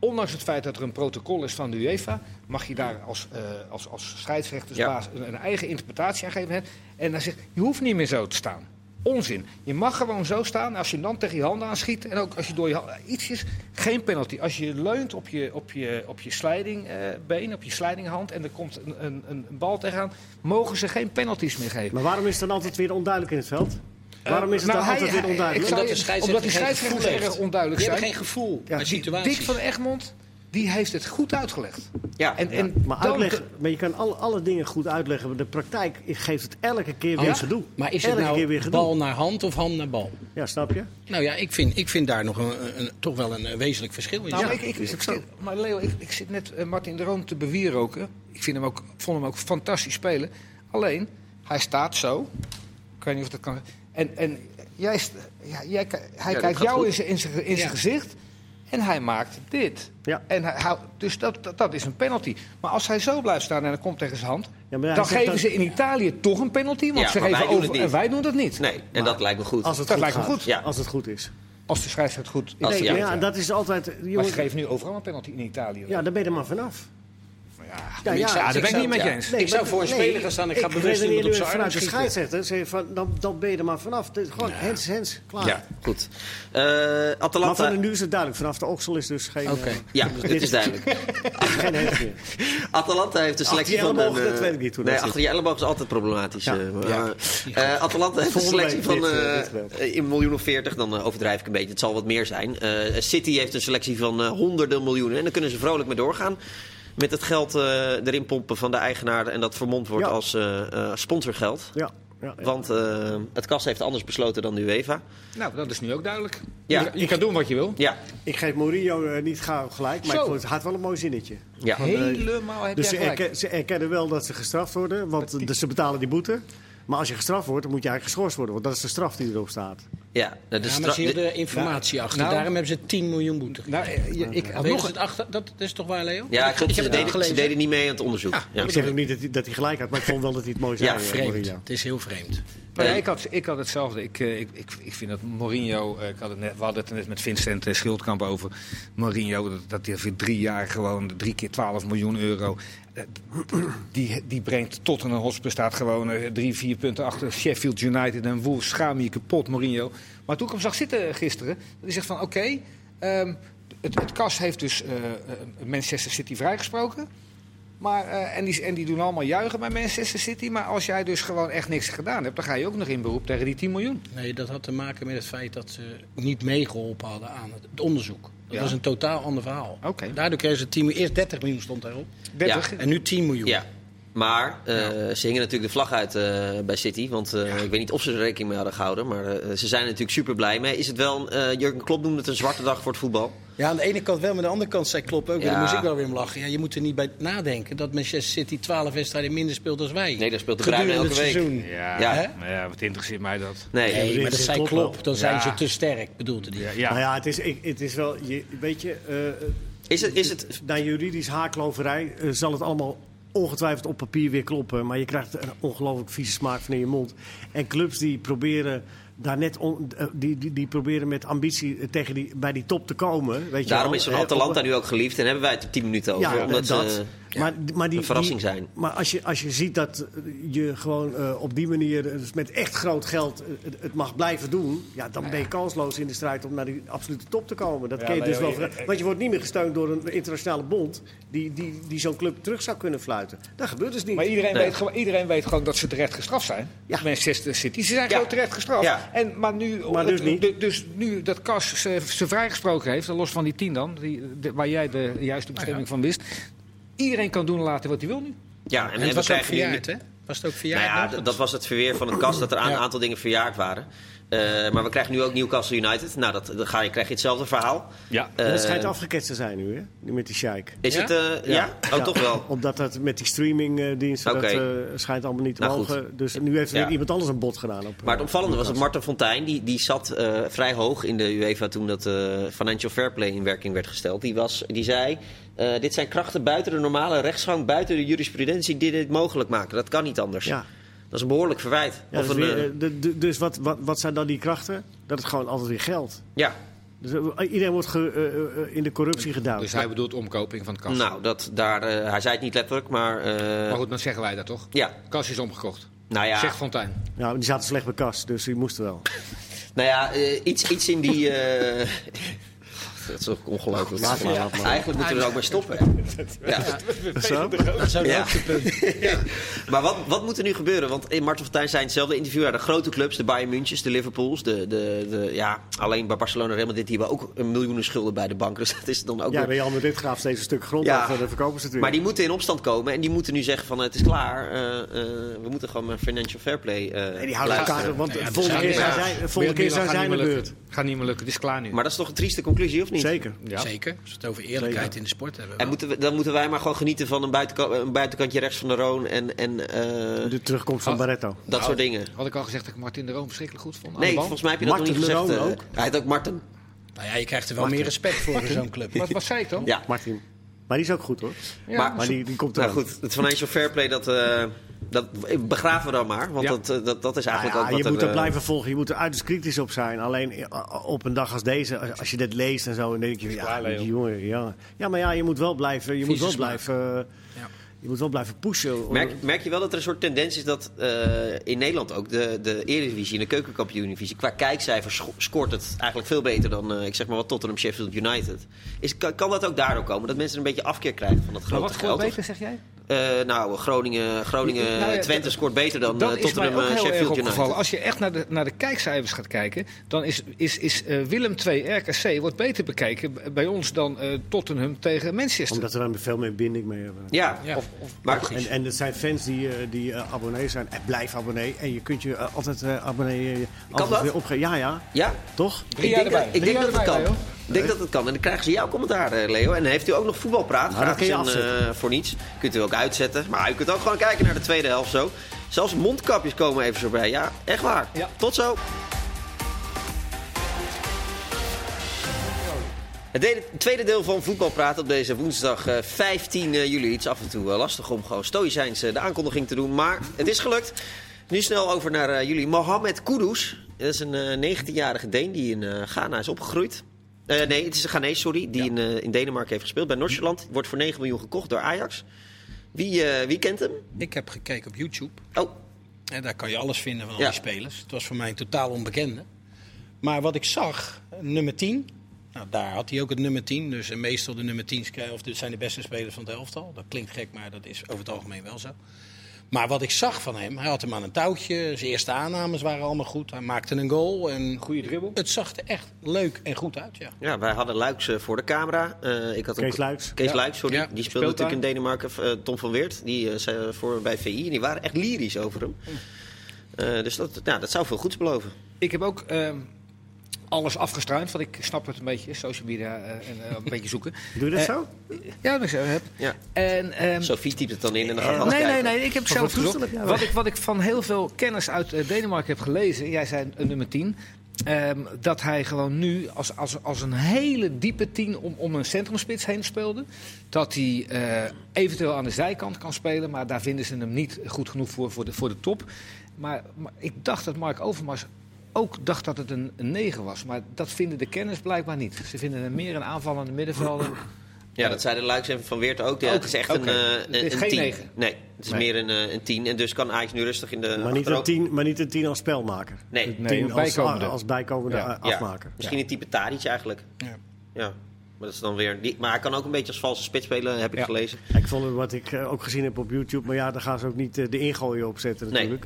B: Ondanks het feit dat er een protocol is van de UEFA, mag je daar als, eh, als, als scheidsrechtersbaas een, een eigen interpretatie aan geven. hè. En dan zegt, je hoeft niet meer zo te staan. Onzin. Je mag gewoon zo staan als je hem dan tegen je handen aanschiet. En ook als je door je handen, iets is, geen penalty. Als je leunt op je, op je, op je slijdingbeen, op je slidinghand en er komt een, een, een bal tegenaan, mogen ze geen penalties meer geven.
C: Maar waarom is het dan altijd weer onduidelijk in het veld? Waarom
D: Eh,
C: is het
B: nou,
C: dan
B: hij-
C: altijd weer
B: hij-
C: onduidelijk?
B: ik zou-
D: Omdat de scheidsrechter
B: omdat die
D: geen
B: scheidsrechters
D: gevoel heeft.
B: erg onduidelijk
D: Die hebben
B: zijn.
D: geen gevoel
C: Ja,
D: bij
B: Die
D: situaties.
B: Dick van Egmond, die heeft het goed uitgelegd.
A: Ja.
B: En, en
C: maar,
B: dan-
C: uitleg, maar je kan alle, alle dingen goed uitleggen. maar De praktijk geeft het elke keer weer
D: Oh Ja?
C: gedoe.
D: Maar is het
C: elke keer weer
D: nou
C: gedoe.
D: bal naar hand of hand naar bal?
C: Ja, snap je?
D: Nou ja, ik vind, ik vind daar nog een, een- toch wel een eh, wezenlijk verschil in.
B: Nou,
D: Ja.
B: maar, ik, ik, ik zit- maar Leo, ik, ik zit net eh, Martin de Roon te bewieroken. Ik vind hem ook, vond hem ook fantastisch spelen. Alleen, hij staat zo. Ik weet niet of dat kan. En, en jij, st- ja, jij, ki- hij
A: dat
B: kijkt
A: gaat
B: jou
A: goed.
B: in zijn- in zijn in zijn
D: Ja.
B: gezicht. En hij maakt dit.
C: Ja.
B: En hij, hou- dus dat, dat, dat is een penalty. Maar als hij zo blijft staan en dat komt tegen zijn hand.
C: Ja, maar hij
B: dan
C: zegt
B: geven
C: dat-
B: ze in Italië toch een penalty. Want
A: Ja,
B: ze
A: maar
B: geven
A: wij doen
B: over
A: het niet.
B: en wij doen dat niet.
A: Nee, en dat lijkt me goed.
C: Als het
B: Dat
C: goed
B: lijkt me
C: gaat.
B: goed.
A: Ja.
C: Als het goed is.
B: Als de scheidsrechter het goed
A: Als-
C: Nee,
A: ja.
C: maar ja, dat is altijd...
B: Maar ze
C: Jongen,
B: geven nu overal een penalty in Italië.
C: ja, daar ben je er maar vanaf. Ja,
D: Ik zou-
B: daar ben ik
D: zou-
B: niet met je
D: ja.
B: eens.
D: Ik zou
C: maar-
D: voor een speler gaan staan, ik ga bewust
C: redeneer
D: iemand op
C: nu
D: zijn
C: vanuit de
D: arm schieten.
C: scheidsrechter. Zeg je van, dan, dan ben je er maar vanaf. Dit is Gewoon hens, hens, klaar.
A: Ja, goed. Eh,
C: Maar
A: Atalanta.
C: vanaf nu is het duidelijk. Vanaf de oksel is dus geen,
D: Oké.
C: eh,
A: Ja, dit is duidelijk.
C: geen hens meer.
A: Atalanta heeft de selectie
C: Achter je
A: van...
C: elleboog,
A: een, eh,
C: dat weet ik niet hoe dat
A: nee,
C: zit.
A: achter je elleboog is altijd problematisch.
C: Ja.
A: eh, maar, eh, eh, Atalanta heeft de
C: Volgende
A: selectie van
C: week dit, eh,
A: eh,
C: dit wel.
A: eh, in miljoen of veertig. Dan eh, overdrijf ik een beetje. Het zal wat meer zijn. Eh, City heeft een selectie van eh, honderden miljoenen. En dan kunnen ze vrolijk mee doorgaan. Met het geld eh, erin pompen van de eigenaar. En dat vermomd wordt
C: Ja.
A: als eh, eh, sponsorgeld.
C: Ja, ja, ja.
A: Want eh, het kas heeft anders besloten dan de UEFA.
B: Nou, dat is nu ook duidelijk.
A: Ja.
B: Je, je kan doen wat je wil.
A: Ja,
C: Ik geef Mourinho eh, niet gauw gelijk, maar
B: Zo.
C: ik vond het had wel een mooi zinnetje.
A: ja.
B: Helemaal heb
C: Dus
B: jij
C: ze,
B: gelijk.
C: erken- ze erkennen wel dat ze gestraft worden, want eh, dus ze betalen die boete. Maar als je gestraft wordt, dan moet je eigenlijk geschorst worden, want dat is de straf die erop staat.
A: ja. Nou, de
D: Ja,
A: stra-
D: maar ze
A: de-
D: hebben er informatie achter.
B: Nou.
D: Daarom hebben ze 10 miljoen boete.
B: Nou, eh, je- ik had
D: Wegens
B: nog
D: het achter, dat is toch waar, Leo?
A: Ja, klopt.
D: heb
A: Ze
D: het
A: deden,
D: gelezen.
A: ze deden niet mee aan het onderzoek. Ja.
C: Ik zeg ook niet dat hij, dat hij gelijk had, maar ik vond wel dat hij het mooi zei,
A: Ja,
C: eh,
D: Vreemd.
C: Mourinho.
D: Het is heel vreemd.
B: Nou ja,
A: Nee.
B: ik, had, ik had hetzelfde. Ik, eh, ik, ik, ik vind dat Mourinho, eh, ik had het net, we hadden het er net met Vincent eh, Schildkamp over. Mourinho, dat, dat hij voor drie jaar gewoon drie keer 12 miljoen euro. eh, die, die brengt tot een Hotspur staat gewoon eh, drie, vier punten achter Sheffield United en Wolves. Schaam je kapot, Mourinho. Maar toen ik hem zag zitten eh, gisteren, dat hij zegt van oké, ehm, het, het kas heeft dus eh, eh, Manchester City vrijgesproken. Maar, eh, en, die, en die doen allemaal juichen bij Manchester City. Maar als jij dus gewoon echt niks gedaan hebt, dan ga je ook nog in beroep tegen die 10 miljoen.
D: Nee, dat had te maken met het feit dat ze niet meegeholpen hadden aan het, het onderzoek. Dat
B: Ja.
D: was een totaal ander verhaal.
B: Oké.
D: Daardoor kregen ze 10 miljoen. Eerst 30 miljoen stond daarop.
B: 30.
D: En nu 10 miljoen.
A: Ja. Maar eh, ze hingen natuurlijk de vlag uit eh, bij City. Want eh, ik weet niet of ze er rekening mee hadden gehouden. Maar eh, ze zijn er natuurlijk super blij mee. Is het wel, eh Jurgen Klopp noemde het een zwarte dag voor het voetbal.
D: Ja, aan de ene kant wel, maar aan de andere kant zei Klopp ook.
A: Ja.
D: Ja. Daar moest ik wel weer om lachen. Ja, je moet er niet bij nadenken dat Manchester City 12 wedstrijden minder speelt dan wij.
A: Nee, daar speelt de
D: Gedurende
A: Bruine elke
D: het
A: week.
D: seizoen.
B: Ja,
A: Ja.
D: Hè?
B: maar ja, wat interesseert mij dat?
A: Nee,
D: Nee,
C: dit
D: maar dat
C: is
D: zei
C: Klopp
D: Klopp.
C: wel.
D: Dan zijn
B: Ja.
D: ze te sterk, bedoelde die.
B: Ja,
C: Nou ja, het is, ik, het is wel, je, weet je, eh,
A: Is het, is het,
C: na juridisch haakloverij eh, zal het allemaal ongetwijfeld op papier weer kloppen. Maar je krijgt een ongelooflijk vieze smaak van in je mond. En clubs die proberen daar net on- eh, die, die, die proberen met ambitie eh, tegen die, bij die top te komen. Weet je
A: daarom
C: wel.
A: is
C: Eh,
A: Atalanta
C: op-
A: nu ook geliefd. En hebben wij het op 10 minuten over.
C: ja, eh,
A: omdat
C: dat.
A: ze-
C: maar, maar die,
A: een verrassing
C: die-
A: zijn.
C: Maar als je, als je ziet dat eh, je gewoon eh, op die manier eh, dus met echt groot geld eh, het, het mag blijven doen, ja, dan ben je kansloos in de strijd om naar die absolute top te komen. Dat
B: Ja,
C: kun je
B: Leo,
C: dus wel.
B: je-
C: ver-
B: eh,
C: want je wordt niet meer gesteund door een internationale bond die, die, die zo'n club terug zou kunnen fluiten. Dat gebeurt dus niet.
B: Maar iedereen,
A: Nee.
B: weet, gewoon- iedereen weet gewoon dat ze terecht gestraft zijn.
C: Ja.
B: Manchester City. Ze zijn
A: Ja.
B: gewoon terecht gestraft.
A: Ja.
B: En, maar nu,
C: Maar dus niet.
B: du- dus nu dat Kas ze, ze vrijgesproken heeft, los van die 10 dan, die, de- waar jij de juiste bestemming van wist. Iedereen kan doen en laten wat hij wil nu.
A: ja, en,
D: En het
A: we
D: was ook
A: krijgen nu...
D: verjaard, hè? Was het ook
A: Nou
D: verjaard?
A: ja,
D: nog?
A: d- dat was het verweer van het kast dat er aan een
D: Ja.
A: aantal dingen verjaard waren. Eh, maar we krijgen nu ook Newcastle United. Nou, dat, dan ga je, krijg je hetzelfde verhaal.
B: Ja.
A: Eh,
C: dat schijnt afgeketst te zijn nu, hè? Nu met die sheik.
A: Is
D: Ja?
A: het... eh, ja? Oh,
C: Ja,
A: toch wel.
C: Omdat dat met die streamingdiensten,
A: Oké.
C: dat eh, schijnt allemaal niet te
A: Nou,
C: mogen. Dus nu heeft er
A: Ja.
C: weer iemand anders een bod gedaan. Op,
A: Maar
C: eh,
A: het opvallende was dat
C: Newcastle.
A: Marten Fontijn, die, die zat eh, vrij hoog in de UEFA toen dat eh, Financial Fair Play in werking werd gesteld. Die, was, die zei, eh, dit zijn krachten buiten de normale rechtsgang, buiten de jurisprudentie die dit mogelijk maken. Dat kan niet anders.
C: Ja.
A: Dat is een behoorlijk verwijt.
C: Ja,
A: Of
C: dus
A: een,
C: weer,
A: eh,
C: eh, de- de- dus wat, wat, wat zijn dan die krachten? Dat het gewoon altijd weer geld.
A: ja.
C: Dus eh, iedereen wordt ge- eh, eh, in de corruptie gedaan.
E: Dus hij bedoelt omkoping van Cas.
A: nou, dat, daar, eh, hij zei het niet letterlijk, maar... eh,
E: maar goed, dan zeggen wij dat toch?
A: ja,
E: Cas is omgekocht.
A: nou ja,
E: Zegt Fontijn.
C: Nou, die zaten slecht bij kas, dus die moesten wel.
A: nou ja eh, iets, iets in die... eh, dat is toch ongelooflijk.
C: Laat maar, laat maar.
A: Eigenlijk moeten we er ook bij stoppen. hè. Ja.
C: Zo?
D: Zo'n
A: Ja.
D: hoogtepunt.
A: Maar wat, wat moet er nu gebeuren? Want eh, in Martin Fortuyn zei in hetzelfde interview... Ja, de grote clubs, de Bayern München, de Liverpools... De, de, de, ja, alleen bij Barcelona en Real Madrid... die hebben ook een miljoenen schulden bij de bank. Dus dat is dan ook...
C: Ja,
A: weer-
C: bij Jan dit graaf steeds een stuk grond
A: Ja.
C: af, eh, dan verkopen ze het weer.
A: maar die moeten in opstand komen en die moeten nu zeggen van het is klaar. eh, eh, we moeten gewoon maar financial fair play. eh,
C: Nee, die houden
A: luisteren.
C: elkaar, want
E: Ja,
C: de
E: dat
C: volgende
E: gaat
C: keer
E: niet
C: zijn
E: meer.
C: zij, de volgende keer
E: Milan
C: zijn
E: gaat
C: zij
E: niet
C: aan de
E: meer
C: beurt.
E: lukken. Gaat niet meer lukken, het is klaar nu.
A: Maar dat is toch een trieste conclusie, of niet?
C: Zeker.
E: ja.
D: Zeker, als we het over eerlijkheid in de sport hebben.
A: En moeten we, dan moeten wij maar gewoon genieten van een, buitenka- een buitenkantje rechts van de Roon en, en eh,
C: De terugkomst van
E: Ah.
C: Barretto.
A: dat soort
C: Oh,
A: dingen.
E: Had ik al gezegd dat ik Martin de Roon verschrikkelijk goed vond? aan
A: Nee,
E: de bal?
A: volgens mij heb je dat
C: Martin
A: nog niet
C: de
A: gezegd.
C: Roon
A: eh,
C: ook.
A: hij heet ook Martin.
D: Nou ja, je krijgt er wel meer respect voor in zo'n club.
E: Wat, wat zei ik dan?
A: Ja.
C: Martin. Maar die is ook goed hoor.
A: Maar-
C: Maar die, die komt er
A: Nou
C: wel.
A: goed, het financial fair play, dat, eh, dat begraven we dan maar. Want
E: Ja.
A: dat, eh, dat, dat is
C: Nou
A: eigenlijk
C: ja,
A: ook wat
C: je moet
A: er,
C: er
A: eh,
C: blijven volgen. Je moet er uiterst kritisch op zijn. Alleen eh, op een dag als deze, als- als je dit leest en zo, dan denk je, ja, die jongen, ja. Ja, maar ja, je moet wel blijven, je moet
D: Vieze
C: wel
D: smaak.
C: blijven, eh,
D: Ja.
C: je moet wel blijven pushen.
A: eh, Merk, merk je wel dat er een soort tendens is dat eh, in Nederland ook de, de Eredivisie en de Keukenkampioen-divisie qua kijkcijfers scho- scoort het eigenlijk veel beter dan eh, ik zeg maar wat Tottenham Sheffield United. Is, kan, kan dat ook daardoor komen dat mensen een beetje afkeer krijgen van dat
E: Maar
A: grote
E: wat voor
A: geld?
E: beter, zeg jij?
A: Eh, nou, Groningen, Groningen
E: Nou ja,
A: Twente
E: dat-
A: scoort beter dan
E: dat
A: eh,
E: is mij
A: Tottenham
E: ook
A: eh,
E: heel erg
A: Sheffield
E: opgevallen.
A: United.
E: Als je echt naar de, naar de kijkcijfers gaat kijken, dan is, is, is eh, Willem 2 RKC wordt beter bekeken b- bij ons dan eh, Tottenham tegen Manchester.
C: Omdat we daar veel meer binding mee hebben.
A: Ja,
D: Ja.
A: Of, of, maar
C: En, en het zijn fans die, eh, die eh, abonnee zijn. En blijf abonnee. En je kunt je eh, altijd eh, abonnee eh, altijd
A: dat?
C: weer opgeven. Ja, ja.
A: ja,
C: Toch?
A: ik
E: jaar
A: denk, dat,
E: erbij.
A: ik
E: Drie
A: denk dat het
E: jaar
A: kan.
E: erbij,
A: Ik denk dat het kan. En dan krijgen ze jouw commentaar, eh, Leo. En dan heeft u ook nog voetbalpraat.
C: Nou, dat kun je
A: Gratis en, eh, voor niets. Kunt u ook uitzetten. Maar u kunt ook gewoon kijken naar de tweede helft zo. Zelfs mondkapjes komen even zo bij. Ja, echt waar.
E: Ja.
A: Tot zo. Het dele- tweede deel van Voetbalpraat op deze woensdag eh, 15 juli. Het is af en toe eh, lastig om gewoon stoïcijns eh, de aankondiging te doen. Maar het is gelukt. Nu snel over naar eh, jullie. Mohamed Kudus. Dat is een eh, 19-jarige Deen die in eh, Ghana is opgegroeid. Eh, nee, het is een Ghanese, sorry. Die in, eh, in Denemarken heeft gespeeld. Bij Nordsjælland. Wordt voor 9 miljoen gekocht door Ajax. Wie, eh, wie kent hem?
D: Ik heb gekeken op YouTube.
A: Oh,
D: En daar kan je alles vinden van al
A: Ja.
D: die spelers. Het was voor mij een totaal onbekende. Maar wat ik zag, nummer 10. Nou, daar had hij ook het nummer 10. Dus eh, meestal de nummer 10 krijgen- of dit zijn de beste spelers van het elftal. Dat klinkt gek, maar dat is over het algemeen wel zo. Maar wat ik zag van hem, hij had hem aan een touwtje. Zijn eerste aannames waren allemaal goed. Hij maakte een goal. En
E: Goeie dribbel.
D: het zag er echt leuk en goed uit. Ja.
A: ja, wij hadden Luiks eh, voor de camera. Eh, ik had een-
C: Kees Luijks.
A: Kees
D: Ja.
A: Luijks, sorry.
D: Ja,
A: die
E: speelt
A: speelde natuurlijk
E: daar.
A: in Denemarken. eh, Tom van Weert, die eh, zei voor bij VI. En die waren echt lyrisch over hem. Eh, dus dat, nou, dat zou veel goeds beloven.
E: Ik heb ook eh, alles afgestruind, want ik snap het een beetje, social media eh, en eh, een beetje zoeken.
C: Doe je dat
E: Eh,
C: zo?
E: Ja, dat ik zo heb.
A: Ja.
E: En, ehm,
A: Sophie typt het dan in en dan gaat
E: Eh,
A: alles
E: nee, nee,
A: kijken.
E: nee, ik heb zelf
C: voor toestel
E: gezocht.
C: heb jij
E: Wat ik, wat ik van heel veel kennis uit eh, Denemarken heb gelezen, jij zei eh, nummer 10. ehm, dat hij gewoon nu als, als, als een hele diepe 10 om, om een centrumspits heen speelde. Dat hij eh, eventueel aan de zijkant kan spelen, maar daar vinden ze hem niet goed genoeg voor, voor, de, voor de top. Maar, maar ik dacht dat Mark Overmars ook dacht dat het een, een 9 was. Maar dat vinden de kenners blijkbaar niet. Ze vinden hem meer een aanvallende middenvelder.
A: Ja, dat zeiden Luiks en Van Weert ook. Ja,
E: Ook,
A: het is echt
E: oké.
A: een, eh,
E: Het is
A: een
E: geen
A: 10.
E: negen.
A: Nee, het is
E: Nee.
A: meer een, eh, een 10. En dus kan Ajax nu rustig in de
C: Maar niet, een
A: achterover-
C: tien, maar niet een tien als spelmaker.
A: Nee,
E: Nee,
C: Tien
E: een
C: als,
E: bijkomende.
C: als bijkomende
E: Ja.
C: eh,
A: ja.
C: afmaker.
A: Misschien een type Tadic eigenlijk.
D: Ja.
A: Ja, maar dat is dan weer... Die, maar hij kan ook een beetje als valse spits spelen, heb ik
E: Ja.
A: gelezen.
C: Ik vond het wat ik eh, ook gezien heb op YouTube. Maar ja, daar gaan ze ook niet eh, de ingooien op zetten
A: Nee.
C: natuurlijk.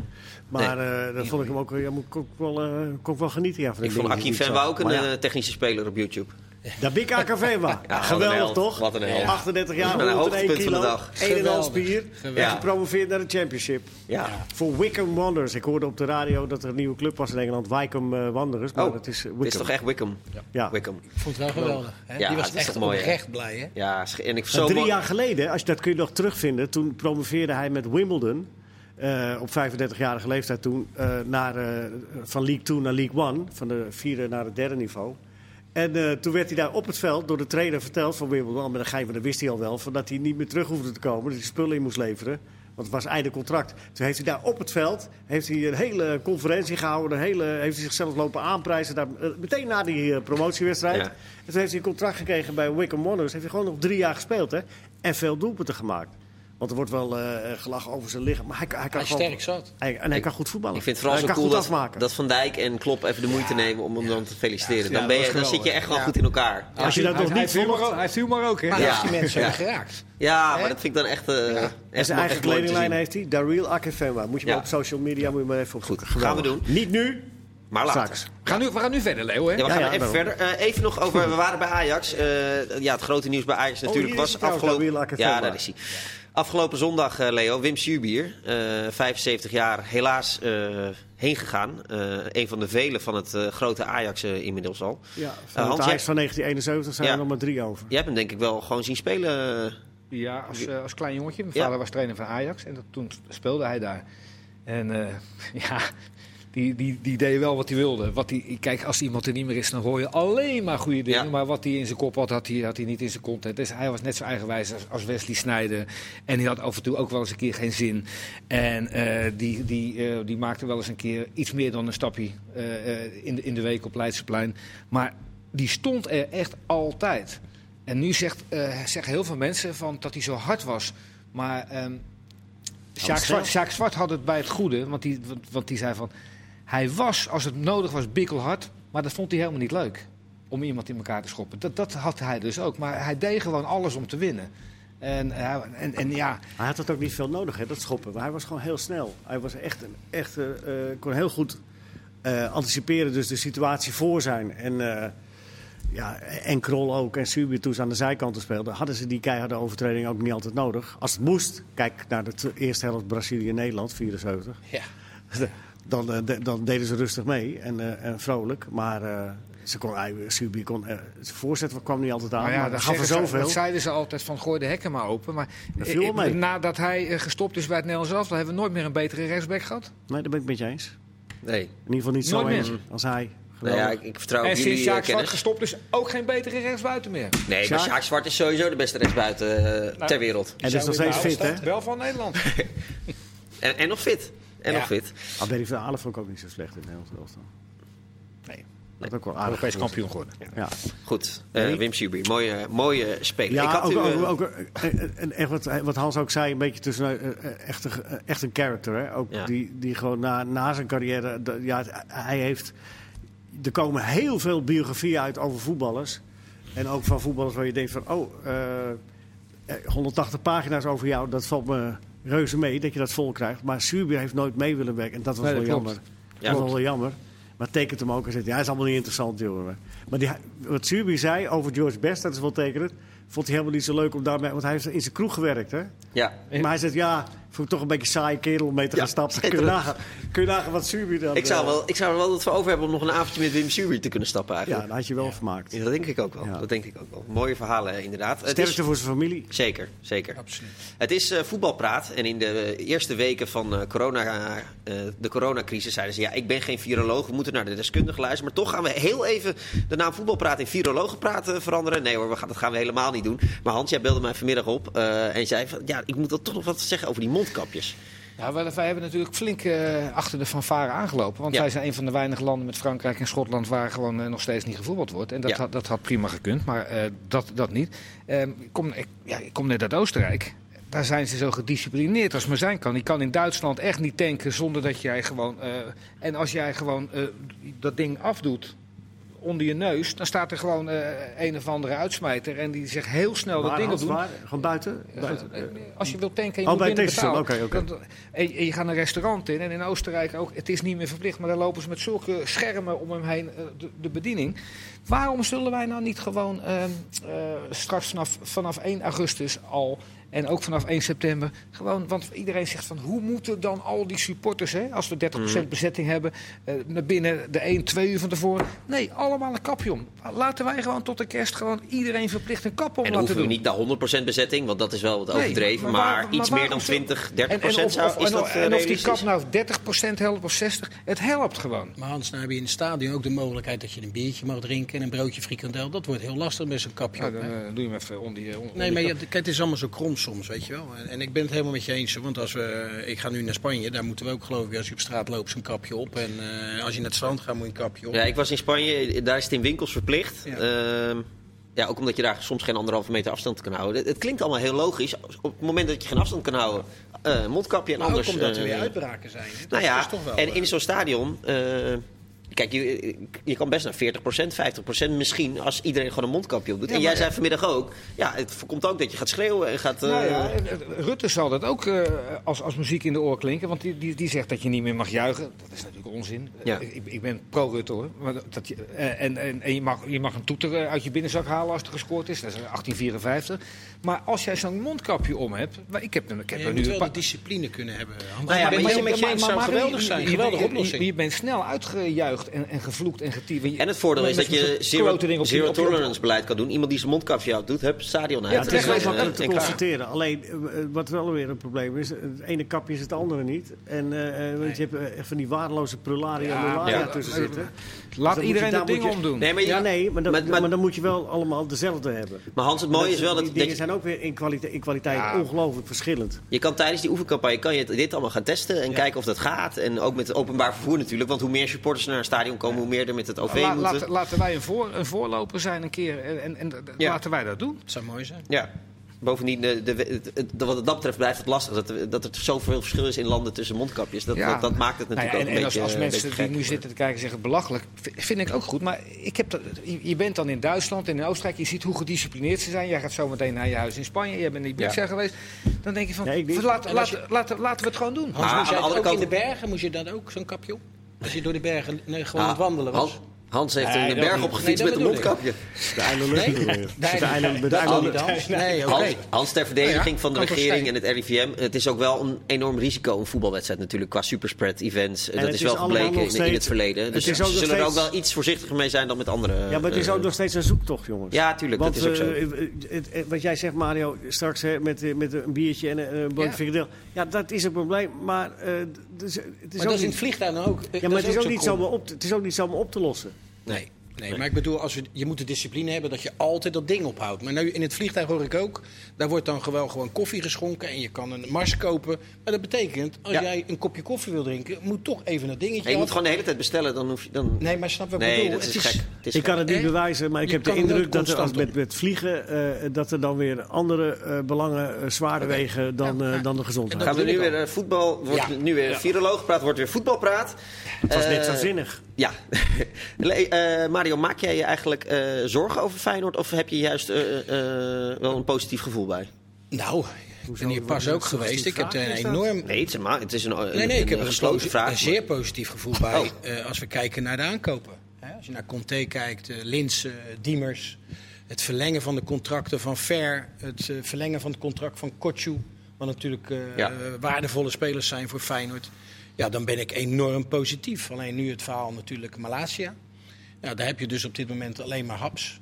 C: Maar eh daar vond ik hem ook, ja, moet ik ook wel, eh, kon ik wel genieten. Ja, van
A: Ik
C: de
A: vond
C: dingen die
A: Akin
C: ik
A: Fan
C: zag.
A: ook een
C: Maar ja,
A: eh, technische speler op YouTube.
C: Dabi Kakavema.
A: Ja,
C: Geweldig
A: wat een held.
C: toch?
A: Wat een held.
C: 38 jaar,
A: Dat is mijn
C: 101
A: hoogtepunt van de
C: kilo,
A: dag.
C: 1,5 spier.
D: Geweldig.
C: En
D: Geweldig.
C: gepromoveerd naar de championship.
A: Ja.
C: Voor Wickham Wanderers. Ik hoorde op de radio dat er een nieuwe club was in Engeland. Wycombe eh, Wanderers. Maar
A: Oh,
C: dat is eh,
A: dit is
C: Wickham.
A: toch echt Wickham?
C: Ja.
A: Wickham.
D: Ik vond het wel geweldig. Hè?
A: Ja,
D: Die was
A: dat is
D: echt
A: toch mooi, hè?
D: oprecht blij, hè?
A: Ja, sch- en ik
C: Maar
A: zo
C: drie
A: mooi-
C: jaar geleden, als je dat kun je nog terugvinden, toen promoveerde hij met Wimbledon. eh, op 35-jarige leeftijd toen, eh, naar, eh, van League 2 naar League 1, van de vierde naar het derde niveau. En eh, toen werd hij daar op het veld door de trainer verteld van Wimbledon, "Ah, maar dan ga je, maar dat wist hij al wel, van dat hij niet meer terug hoefde te komen, dat hij spullen in moest leveren. Want het was einde contract. Toen heeft hij daar op het veld heeft hij een hele conferentie gehouden. Een hele, heeft hij zichzelf lopen aanprijzen. Daar, eh, meteen na die eh, promotiewedstrijd.
A: Ja.
C: En toen heeft hij een contract gekregen bij Wickham Wanderers. Heeft hij gewoon nog drie jaar gespeeld, hè? En veel doelpunten gemaakt. Want er wordt wel eh, gelachen over zijn lichaam. Maar hij, kan- hij kan
D: Hij is
C: gewoon-
D: sterk zat.
C: Hij, en hij kan goed voetballen.
A: Ik vind het vooral
C: hij
A: zo
C: kan
A: cool
C: goed
A: dat,
C: afmaken.
A: dat Van Dijk en Klop even de moeite nemen om hem dan te feliciteren.
D: Ja,
A: dan, ben
D: dat
A: je,
D: was
A: dan zit je
D: geweldig.
A: echt wel
D: Ja.
A: goed in elkaar. Ja,
C: als je dat
E: Hij-
C: nog
E: hij
C: niet
E: viel maar ook-
C: volgt.
E: hij viel maar ook, hè?
D: Maar
A: Ja.
D: als die mensen
A: Ja.
D: hebben geraakt.
A: maar
D: Hè?
A: dat vind ik dan echt... eh
C: En
A: echt echt
C: zijn eigen
A: mooi te zien.
C: kledinglijn heeft hij. Dareel Akefema. Moet je
A: Ja.
C: maar op social media moet je maar even opzoeken.
A: Goed, gaan we
C: Geweldig. Niet nu,
A: Maar later.
C: straks.
E: We gaan, nu, we gaan nu verder, Leo,
A: Ja,
E: hè?
A: we
C: Ja,
A: gaan
C: ja,
A: even
C: daarom.
A: verder. Eh, even nog over, we waren bij Ajax. Eh, ja, het grote nieuws bij Ajax natuurlijk
C: Oh, hier is
A: was
C: hij trouwens,
A: afgelopen...
C: Gabriel Akefema.
A: ja, daar is hij. Afgelopen zondag, eh, Leo, Wim Suurbier, eh 75 jaar, helaas eh, heen gegaan. Eh, een van de velen van het eh, grote Ajax eh, inmiddels al.
C: Ja,
A: Eh,
C: van het
A: Hans,
C: Ajax
A: jij,
C: van 1971 zijn
A: Ja.
C: er nog maar drie over.
A: jij hebt hem denk ik wel gewoon zien spelen. eh,
E: Ja, als, eh, als klein jongetje. Mijn
A: Ja.
E: vader was trainer van Ajax en dat, toen speelde hij daar. En eh, ja, die, die, die deed wel wat hij wilde. Wat die, kijk, als iemand er niet meer is, dan hoor je alleen maar goede dingen.
A: Ja.
E: Maar wat hij in zijn kop had, had hij, had hij niet in zijn content. Dus hij was net zo eigenwijs als, als Wesley Sneijder. En die had af en toe ook wel eens een keer geen zin. En eh, die, die, eh, die maakte wel eens een keer iets meer dan een stapje eh, eh, in, de, in de week op Leidseplein. Maar die stond er echt altijd. En nu zegt, eh, zeggen heel veel mensen van dat hij zo hard was. Maar ehm Sjaak,
C: Hans
E: Zwart,
C: Veld.
E: Sjaak Zwart had het bij het goede. Want die, want, want die zei van... Hij was, als het nodig was, bikkelhard. Maar dat vond hij helemaal niet leuk. Om iemand in elkaar te schoppen. Dat, dat had hij dus ook. Maar hij deed gewoon alles om te winnen. En, eh, en, en ja,
C: Hij had het ook niet veel nodig, hè, dat schoppen. Maar hij was gewoon heel snel. Hij was echt, een, echt eh, eh, kon heel goed eh, anticiperen, dus de situatie voor zijn. En, eh, ja, en Krol ook en Subi toen ze aan de zijkanten speelden... hadden ze die keiharde overtreding ook niet altijd nodig. Als het moest, kijk naar de t- eerste helft Brazilië-Nederland, 74...
D: Ja.
C: Dan, eh, de- dan deden ze rustig mee en, eh, en vrolijk. Maar eh, ze kon, hij- Subi kon... eh, zijn voorzet kwam niet altijd aan,
E: Nou
C: maar
E: dat
C: dat gaf er
E: zeggen ze-
C: zoveel.
E: Dat zeiden ze altijd van gooi de hekken maar open. Maar
C: Dat viel wel
E: eh,
C: mee.
E: nadat hij eh, gestopt is bij het Nederlands elftal, hebben we nooit meer een betere rechtsback gehad.
C: Nee, daar ben ik met je eens.
A: nee,
C: In ieder geval niet zo
E: Nooit meer.
C: eens als hij.
A: nou
C: Geweldig.
A: ja, ik, ik vertrouw
E: en
A: ook
E: sinds
A: jullie eh,
E: Sjaak Zwart
A: kennis.
E: gestopt is, ook geen betere rechtsbuiten meer.
A: Nee, maar
C: Sjaak?
A: Sjaak Zwart is sowieso de beste rechtsbuiten eh,
E: Nou.
A: ter wereld.
C: En dat is nog steeds fit, hè?
E: Wel van Nederland.
A: En, en nog fit. En
D: Ja.
A: nog fit.
C: Alberti Oh, van Aalen vond ik ook niet zo slecht in het Nederlands elftal.
E: Nee.
C: Dat had ook wel aardig.
E: Europees kampioen geworden.
C: Ja,
A: Goed, eh,
C: Nee.
A: Wim Suurbier, mooie, mooie speler.
C: ja
A: ik had
C: ook,
A: u, eh,
C: ook, ook, eh, eh, en echt wat, eh, wat Hans ook zei, een beetje tussen eh, eh, echt, een, eh, echt een character. Hè? Ook
A: Ja.
C: die, die gewoon na, na zijn carrière, dat- ja, het- hij heeft, er komen heel veel biografieën uit over voetballers. En ook van voetballers waar je denkt van, oh, eh, eh, 180 pagina's over jou, dat valt me reuze mee dat je dat vol krijgt. Maar Suurbier heeft nooit mee willen werken en dat was
E: Nee,
C: wel
E: dat klopt.
C: jammer.
A: Ja.
C: dat was wel jammer. Maar het tekent hem ook en zegt, ja, hij is allemaal niet interessant, jongen. Maar die, wat Suurbier zei over George Best, dat is wel tekenend. Vond hij helemaal niet zo leuk om daarmee... Want hij heeft in zijn kroeg gewerkt, hè?
A: ja.
C: Maar hij zegt, ja, vond ik toch een beetje een saaie kerel om mee te gaan stappen. Kun je nagaan, kun je nagaan wat Suurbier dan...
A: Ik zou,
C: eh,
A: wel, ik zou er wel wat voor over hebben om nog een avondje met Wim Suurbier te kunnen stappen
C: Ja,
A: eigenlijk.
C: dat had je wel vermaakt.
A: Ja, dat denk ik ook wel.
C: Ja.
A: Dat denk ik ook wel. Mooie verhalen eh, inderdaad. Het is-
C: Sterkte voor zijn familie.
A: Zeker, zeker.
D: Absoluut.
A: Het is eh, voetbalpraat. En in de eh, eerste weken van eh, corona, eh, de coronacrisis zeiden ze... ja, ik ben geen viroloog, we moeten naar de deskundige luisteren. Maar toch gaan we heel even de naam voetbalpraat in virologenpraat eh, veranderen. Nee hoor, we gaan, dat gaan we helemaal niet doen. Maar Hans, jij belde mij vanmiddag op eh, en zei... Van, ja, ik moet dat toch nog wat zeggen over die mondkapjes.
E: Ja, wel, wij hebben natuurlijk flink eh, achter de fanfare aangelopen. Want
A: Ja.
E: wij zijn een van de weinige landen met Frankrijk en Schotland waar gewoon eh, nog steeds niet gevoetbald wordt. En dat,
A: Ja.
E: had, dat had prima gekund, maar eh, dat, dat niet. Ehm, ik, kom, ik, ja, ik kom net uit Oostenrijk. Daar zijn ze zo gedisciplineerd als maar zijn kan. Je kan in Duitsland echt niet tanken zonder dat jij gewoon. eh, en als jij gewoon eh, dat ding afdoet onder je neus, dan staat er gewoon eh, een of andere uitsmijter. En die zegt heel snel dat
C: Waar,
E: dingen
C: Hans,
E: doen.
C: waar? Gewoon buiten? buiten.
E: Eh, Als je wilt tanken, en je
C: Oh,
E: moet
C: bij
E: binnen
C: Texel,
E: betalen.
C: oké, oké.
E: Dat- en, en je gaat een restaurant in en in Oostenrijk ook. Het is niet meer verplicht, maar daar lopen ze met zulke schermen om hem heen eh, de, de bediening. Waarom zullen wij nou niet gewoon ehm, eh, straks vanaf, vanaf 1 augustus al en ook vanaf 1 september gewoon, want iedereen zegt van hoe moeten dan al die supporters, hè, als we
A: Mm.
E: 30% bezetting hebben, eh, naar binnen de 1, 2 uur van tevoren. Nee, allemaal een kapje om. Laten wij gewoon tot de kerst gewoon iedereen verplicht een kap om
A: En dan
E: laten
A: hoeven we
E: doen.
A: niet naar 100% bezetting, want dat is wel wat
E: Nee,
A: overdreven.
E: maar
A: maar
E: waar- maar
A: iets meer
E: waarom
A: dan
E: zo-
A: 20, 30%
E: En, en, of,
A: zou,
E: of-
A: is
E: en,
A: dat
E: of-
A: eh,
E: en of die
A: realistisch?
E: kap nou 30% helpt of 60%, het helpt gewoon.
D: Maar Hans, nou heb je in het stadion ook de mogelijkheid dat je een biertje mag drinken en een broodje frikandel. Dat wordt heel lastig met zo'n kapje. op,
E: Nou, dan eh,
D: hè?
E: doe je hem even onder die
D: Nee, maar je- kijk, het is allemaal zo krom soms, weet je wel. En, en ik ben het helemaal met je eens, hoor. want als we, ik ga nu naar Spanje, daar moeten we ook geloof ik, als je op straat loopt, zo'n kapje op. En eh, als je naar het strand gaat, moet je een kapje op.
E: nou-
A: Ja, ik was in Spanje, daar is het in winkels verplicht.
D: Ja.
A: Ehm, ja, ook omdat je daar soms geen anderhalve meter afstand kan houden. Het, het klinkt allemaal heel logisch. Op het moment dat je geen afstand kan houden, eh, mondkapje en
D: Maar
A: anders.
D: ook omdat er
A: eh,
D: weer uitbraken zijn. hè. Dat
A: Nou
D: is
A: ja,
D: toch wel,
A: en
D: eh,
A: in zo'n stadion. eh, kijk, je, je kan best naar 40%, 50% misschien als iedereen gewoon een mondkapje op doet.
D: Ja,
A: en jij
D: maar-
A: zei vanmiddag ook, ja, het voorkomt ook dat je gaat schreeuwen en gaat. eh,
E: Nou ja, en, eh, Rutte zal dat ook eh, als, als muziek in de oor klinken. Want die, die, die zegt dat je niet meer mag juichen. Dat is natuurlijk onzin.
A: Ja.
E: Eh, Ik, ik ben pro-Rutte hoor. Maar dat je, eh, en en, en je, mag, je mag een toeter eh, uit je binnenzak halen als er gescoord is. Dat is 1854. Maar als jij zo'n mondkapje om hebt. maar Ik heb, er- ik heb
D: je
E: er
D: moet
E: nu een
D: wel
E: paar,
D: de discipline kunnen hebben. Hans.
A: Nou ja, maar
D: ik ben het
A: je-
D: helemaal met je eens, zou
E: Mario,
D: geweldig
E: je-
D: zijn.
E: je-
D: Geweldige
E: je-
D: oplossing.
E: Je, je bent snel uitgejuicht en, en gevloekt en getiept.
A: En het voordeel is dat je zero, zero tolerance beleid kan doen. Iemand die zijn mondkapje uit doet, heb stadion uit.
E: Ja,
C: Ja, het is
A: En,
C: wel
A: eh,
C: makkelijk te
A: en klaar.
C: constateren. Alleen, eh, wat wel weer een probleem is, eh, het ene kapje is het andere niet. En eh, eh, want je hebt eh, echt van die waardeloze prularia en
E: Ja,
C: nularia
A: ja.
C: tussen zitten.
E: Laat
C: moet je-
E: iedereen
C: daar
E: dat ding
C: moet je-
E: omdoen.
A: Nee, maar, je-
C: Ja, nee, maar dan,
A: maar- maar-
C: maar dan moet je wel allemaal dezelfde hebben.
A: maar Hans, het mooie is wel dat,
C: die
A: dat
C: dingen
A: je,
C: zijn ook weer in, kwalite- in kwaliteit
E: Ja.
C: ongelooflijk verschillend.
A: je kan tijdens die oefencampagne kan je het- dit allemaal gaan testen en kijken of dat gaat. En ook met het openbaar vervoer natuurlijk. Want hoe meer supporters naar een stadion komen, hoe meer er met het OV
E: La-
A: moeten.
E: laten, laten wij een, voor, een voorloper zijn een keer en, en, en d-
A: Ja.
E: laten wij dat doen.
D: Dat zou mooi zijn.
A: Ja. Bovendien, de, de, het- het- wat dat betreft blijft het lastig dat, er- dat er zoveel verschil is in landen tussen mondkapjes. Dat,
E: Ja.
A: dat, dat maakt het
E: Nou ja,
A: natuurlijk
E: en
A: ook
E: en
A: een
E: als,
A: beetje
E: als
A: een
E: mensen
A: beetje
E: die
A: gek.
E: nu zitten te kijken zeggen belachelijk, v- vind ik ook goed. Maar ik heb dat, je, je bent dan in Duitsland en in Oostenrijk, je ziet hoe gedisciplineerd ze zijn. Jij gaat zo meteen naar je huis in Spanje, jij bent in Ibiza geweest. Dan denk je van,
C: Nee, ik niet.
E: laat,
D: En als
E: laat,
D: je-
E: laten- laten we het gewoon doen.
A: Maar
D: Hans, moest
A: aan de
D: jij het ook
A: andere
D: in de
A: kant-
D: bergen, moest je dan ook zo'n kapje op? Als je door de bergen nee, gewoon aan
A: Ah,
D: het wandelen was?
A: Hans, Hans heeft
D: Nee,
A: een
D: dat
A: berg
D: niet.
A: opgefietst
D: Nee,
A: met
D: dat
A: een
D: bedoel ik.
A: mondkapje.
C: De eindelijk
D: Nee,
C: De eilanden-
D: nee,
C: de
D: dat kan niet,
C: eilanden-
D: Hans. Nee, oké.
A: Hans, Hans ter verdediging
D: Nou
C: Oh
D: ja,
A: van de
D: kan toch
A: regering en
D: zijn.
A: het RIVM. Het is ook wel een enorm risico, een voetbalwedstrijd natuurlijk, qua superspread events. dat
C: het
A: is
C: is
A: wel
C: allemaal
A: gebleken
C: nog
A: in, in het
C: steeds-
A: verleden.
C: het
A: Dus
C: is
A: ze
C: ook nog
A: zullen er ook
C: steeds-
A: wel iets voorzichtiger mee zijn dan met andere...
C: Ja, maar het is
A: eh,
C: ook nog steeds een zoektocht, jongens.
A: Ja, tuurlijk,
C: Want,
A: dat is ook zo.
C: eh, eh, het- het- wat jij zegt, Mario, straks hè, met, eh, met een biertje en een eh, broodje
E: Ja.
C: frikandel. Ja, dat is een probleem, maar eh, d- dus, eh, het is
D: Maar dat
C: ook
D: is in
C: niet...
D: het vliegtuig nou ook. eh,
C: Ja,
D: dat
C: maar het is, ook
D: zo
C: niet
D: krom.
C: zomaar op, te- het is ook niet zomaar op te lossen.
D: Nee, nee, maar ik bedoel, als we, je moet de discipline hebben dat je altijd dat ding ophoudt. Maar nu in het vliegtuig hoor ik ook, daar wordt dan gewoon, gewoon koffie geschonken en je kan een mars kopen. Maar dat betekent, als
A: Ja.
D: jij een kopje koffie wil drinken, moet toch even dat dingetje
A: en je moet
D: af.
A: gewoon de hele tijd bestellen, dan hoef je... Dan...
D: Nee, maar snap wat ik
A: Nee,
D: bedoel?
A: dat is
D: Het
A: gek. Het is
C: Ik kan het niet
D: Eh?
C: bewijzen, maar ik
D: Je
C: heb de
D: kan er nooit
C: indruk dat er als
D: constant
C: met, met vliegen... eh, dat er dan weer andere eh, belangen eh, zwaarder wegen dan, eh, dan de gezondheid.
A: Gaan we nu
D: bedoel ik
A: weer eh, voetbal, wordt
D: Ja.
A: nu weer viroloog gepraat, wordt weer voetbalpraat.
C: Het was net zo
A: Eh,
C: zinnig.
A: Ja. Le- eh, Mario, maak jij je eigenlijk eh, zorgen over Feyenoord? Of heb je juist eh, eh, wel een positief gevoel bij?
D: Nou, ik ben hier pas ook geweest. Ik heb
C: vraag
D: er een
C: is dat?
D: enorm
A: Nee, het is een, ma- het is een, een-
D: Nee, nee, ik
A: eh, een
D: heb er een,
A: gesloten
D: posi-
A: vraag. Oh.
D: een zeer positief gevoel bij eh, als we kijken naar de aankopen. Hè, als je naar Conte kijkt, eh Lins, eh, Diemers, het verlengen van de contracten van Ver, het eh, verlengen van het contract van Kotju, wat natuurlijk eh,
A: Ja.
D: eh, waardevolle spelers zijn voor Feyenoord. Ja, dan ben ik enorm positief. Alleen nu het verhaal natuurlijk Malasia. Nou, daar heb je dus op dit moment alleen maar haps.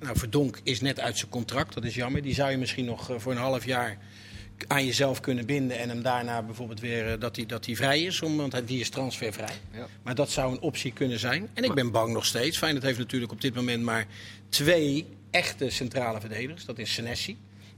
D: Nou, Verdonk is net uit zijn contract, dat is jammer. Die zou je misschien nog eh, voor een half jaar k- aan jezelf kunnen binden. En hem daarna bijvoorbeeld weer eh, dat hij dat hij vrij is, om- want hij- die is transfervrij.
E: Ja.
D: Maar dat zou een optie kunnen zijn. En ik ben bang nog steeds. Feyenoord heeft natuurlijk op dit moment maar twee echte centrale verdedigers. Dat is Senesi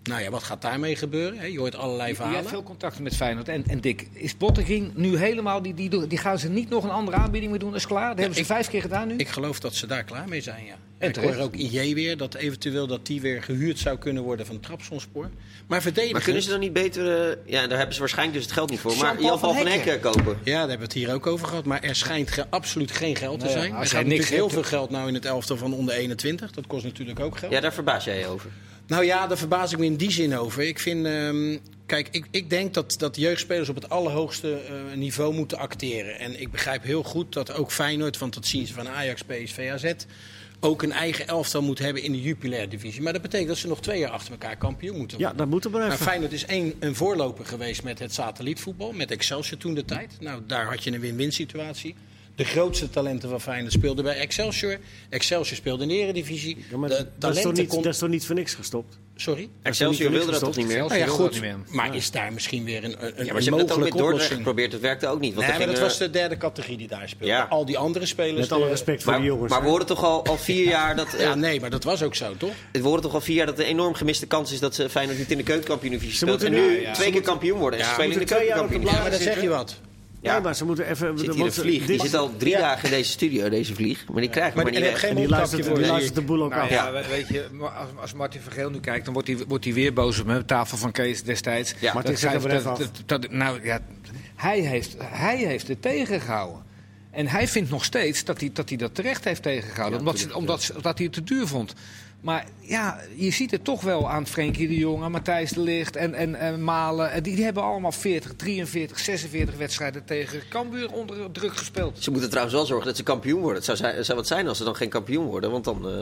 D: Nou ja, wat gaat daarmee gebeuren? hè? Je hoort allerlei
E: Je hebt
D: verhalen.
E: veel contacten met Feyenoord en, en Dick. Is Botteging nu helemaal, die, die, doen- die gaan ze niet nog een andere aanbieding meer doen, dat is klaar. Dat hebben ze
D: ik-
E: vijf keer gedaan nu.
D: Ik geloof dat ze daar klaar mee zijn, ja. En ik
E: terecht.
D: hoor ook IJ weer, dat eventueel dat die weer gehuurd zou kunnen worden van Trabzonspor. Maar verdedigen...
A: Maar kunnen ze dan niet beter... eh, ja, daar hebben ze waarschijnlijk dus het geld niet voor. Maar
D: Jean-Paul
A: Jan van
D: van
A: Hekken, kopen.
D: Ja, daar hebben we het hier ook over gehad. Maar er schijnt ge- absoluut geen geld te
E: Nee,
D: zijn.
E: als
D: er
E: hij
D: gaat
E: niks
D: natuurlijk heel
E: heeft-
D: veel geld nou in het elftal van onder 21. Dat kost natuurlijk ook geld.
A: Ja, daar verbaas jij je over.
D: Nou ja, daar verbaas ik me in die zin over. Ik vind, ehm, kijk, ik, ik denk dat, dat jeugdspelers op het allerhoogste eh, niveau moeten acteren. En ik begrijp heel goed dat ook Feyenoord, want dat zien ze van Ajax, PSV, AZ, ook een eigen elftal moet hebben in de jupilair divisie. Maar dat betekent dat ze nog twee jaar achter elkaar kampioen moeten
C: Ja,
D: worden.
C: dat moet er maar
D: Maar
C: even.
D: Feyenoord is één, een voorloper geweest met het satellietvoetbal, met Excelsior toen de tijd. Nou, daar had je een win-win situatie. De grootste talenten van Feyenoord speelden bij Excelsior. Excelsior speelde in de eredivisie.
C: Ja, maar
D: de
C: dat, is toch niet,
D: talenten
C: dat is toch niet voor niks gestopt?
D: Sorry?
A: Excelsior
C: niet
A: wilde dat toch
C: gestopt.
A: niet meer?
E: Excelsior
D: Nou ja,
E: wil dat
D: goed.
E: niet meer.
D: Maar is daar misschien weer een, een,
A: Ja, maar
D: een
A: ze hebben het ook met
D: mogelijke
A: Dordrecht
D: oplossing?
A: geprobeerd. Het werkte ook niet. Want eh,
D: Nee,
A: er
D: maar dat
A: gingen-
D: was de derde categorie die daar speelde.
A: Ja.
D: Al die andere spelers...
C: Met alle
D: eh,
C: respect voor
A: maar,
C: die jongens.
A: maar we
C: hè?
A: horen toch al, al vier jaar dat... eh,
D: Ja, nee, maar dat was ook zo, toch?
A: Het worden toch al vier jaar dat de enorm gemiste kans is dat ze Feyenoord niet in de keukenkampioenvisie speelt. En
C: moeten
A: nu
C: nu-
A: twee keer kampioen worden. En ze
D: Ja,
A: spelen in de
C: moeten twee jaar op de
A: keukenkampioenvisie.
D: maar dan zeg je wat.
A: Ja.
C: Nee, maar ze moeten
A: Zit
C: even...
A: hier een
C: want eh,
A: vlieg. Die
C: dit-
A: zit al drie
D: Ja.
A: dagen in deze studio, deze vlieg. Maar die krijg ik
D: Maar
A: maar
D: die
A: niet
D: heeft
A: weg.
D: geen
C: En die
D: mondkapje
C: luistert,
D: voor.
C: die
D: zie
C: luistert
D: ik.
C: de boel ook
E: Nou
C: af.
E: ja, we- weet je, maar als, als Martin Vergeel nu kijkt, dan wordt hij, wordt hij weer boos op me. Tafel van Kees destijds.
A: Ja.
C: Martin,
E: Dat
C: zeg
E: zij-
C: het maar even
E: dat-
C: af.
E: dat- dat- nou ja, hij heeft, hij heeft het tegengehouden. En hij vindt nog steeds dat hij dat, hij dat terecht heeft tegengehouden. omdat, ze, omdat, ze- omdat hij het te duur vond. Maar ja, je ziet het toch wel aan Frenkie de Jong, aan Matthijs de Ligt en, en, en Malen. En Die, die hebben allemaal 40, 43, 46 wedstrijden tegen Cambuur onder druk gespeeld.
A: Ze moeten trouwens wel zorgen dat ze kampioen worden. Het zou, zijn- zou wat zijn als ze dan geen kampioen worden. Want dan, eh,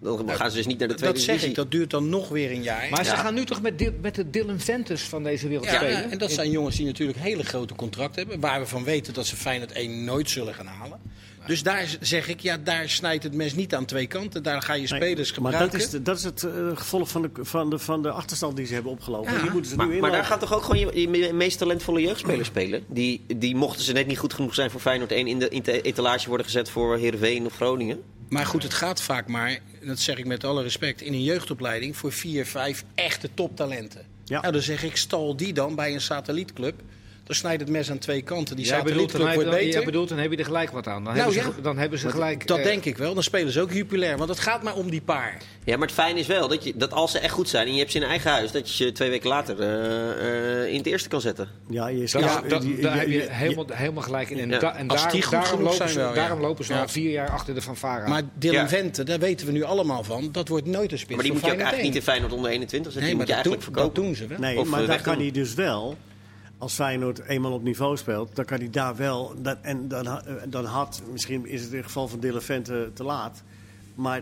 A: dan gaan ze dus niet naar de tweede
D: Dat zeg ik,
A: divisie.
D: dat duurt dan nog weer een jaar.
E: Maar ze
A: Ja.
E: gaan nu toch met, Dil- met de Dylan Ventus van deze wereld
D: ja,
E: spelen?
D: en dat zijn jongens die natuurlijk hele grote contracten hebben. Waar we van weten dat ze Feyenoord 1 nooit zullen gaan halen. Dus daar z- zeg ik, ja, daar snijdt het mes niet aan twee kanten. Daar ga je
C: Nee,
D: spelers
C: maar
D: gebruiken.
C: dat is, de- dat is het eh, gevolg van de, van, de, van de achterstand die ze hebben opgelopen.
D: Ja.
C: Die moeten ze
A: Maar,
C: nu
A: maar daar
C: inlopen.
A: gaan toch ook gewoon je, je me- meest talentvolle jeugdspelers spelen? Die, die mochten ze net niet goed genoeg zijn voor Feyenoord 1 in de, in de etalage worden gezet voor Heerenveen of Groningen.
D: Maar goed, het gaat vaak maar, dat zeg ik met alle respect, in een jeugdopleiding voor vier, vijf echte toptalenten.
C: Ja.
D: Nou, dan zeg ik, stal die dan bij een satellietclub. Dan snijdt het mes aan twee kanten. Die
E: Jij bedoelt, dan,
D: satellietclub wordt
E: heb-
D: beter.
E: jij bedoelt, dan heb je er gelijk wat aan. Dan,
D: Nou,
E: hebben, ze,
D: ja.
E: dan hebben ze gelijk...
D: dat
E: eh,
D: denk ik wel. Dan spelen ze ook jupilair, want het gaat maar om die paar.
A: Ja, maar het fijne is wel dat, je, dat als ze echt goed zijn en je hebt ze in eigen huis, dat je ze twee weken later eh, eh, in het eerste kan zetten.
C: Ja, je is-
E: dat,
C: ja,
E: dat-
C: je-
E: daar
C: je-
E: heb je
C: je-
E: helemaal, helemaal gelijk in. En,
A: Ja.
E: da- en
D: Als
E: daar-
D: die goed
E: daarom,
D: genoeg
E: lopen
D: zijn
E: ze,
D: wel, ja.
E: daarom lopen ze
D: Ja.
E: al vier jaar achter de fanfare. aan.
D: Maar Dylan
A: Ja.
D: Vente, daar weten we nu allemaal van. Dat wordt nooit een spits
A: Maar die moet je
D: van
A: ook eigenlijk niet in Feyenoord
D: Feyenoord
A: onder 21 zetten.
D: één.
A: die
D: Nee,
A: moet je
D: maar
A: eigenlijk
D: dat doen, dat
A: verkopen.
D: doen ze wel.
C: Nee,
A: Of,
C: maar
A: eh,
C: daar
A: wegdoen.
C: kan hij dus wel, als Feyenoord eenmaal op niveau speelt, dan kan hij daar wel, dat, en dan, ha- eh, dan had, misschien is het in het geval van Dylan Vente te laat, maar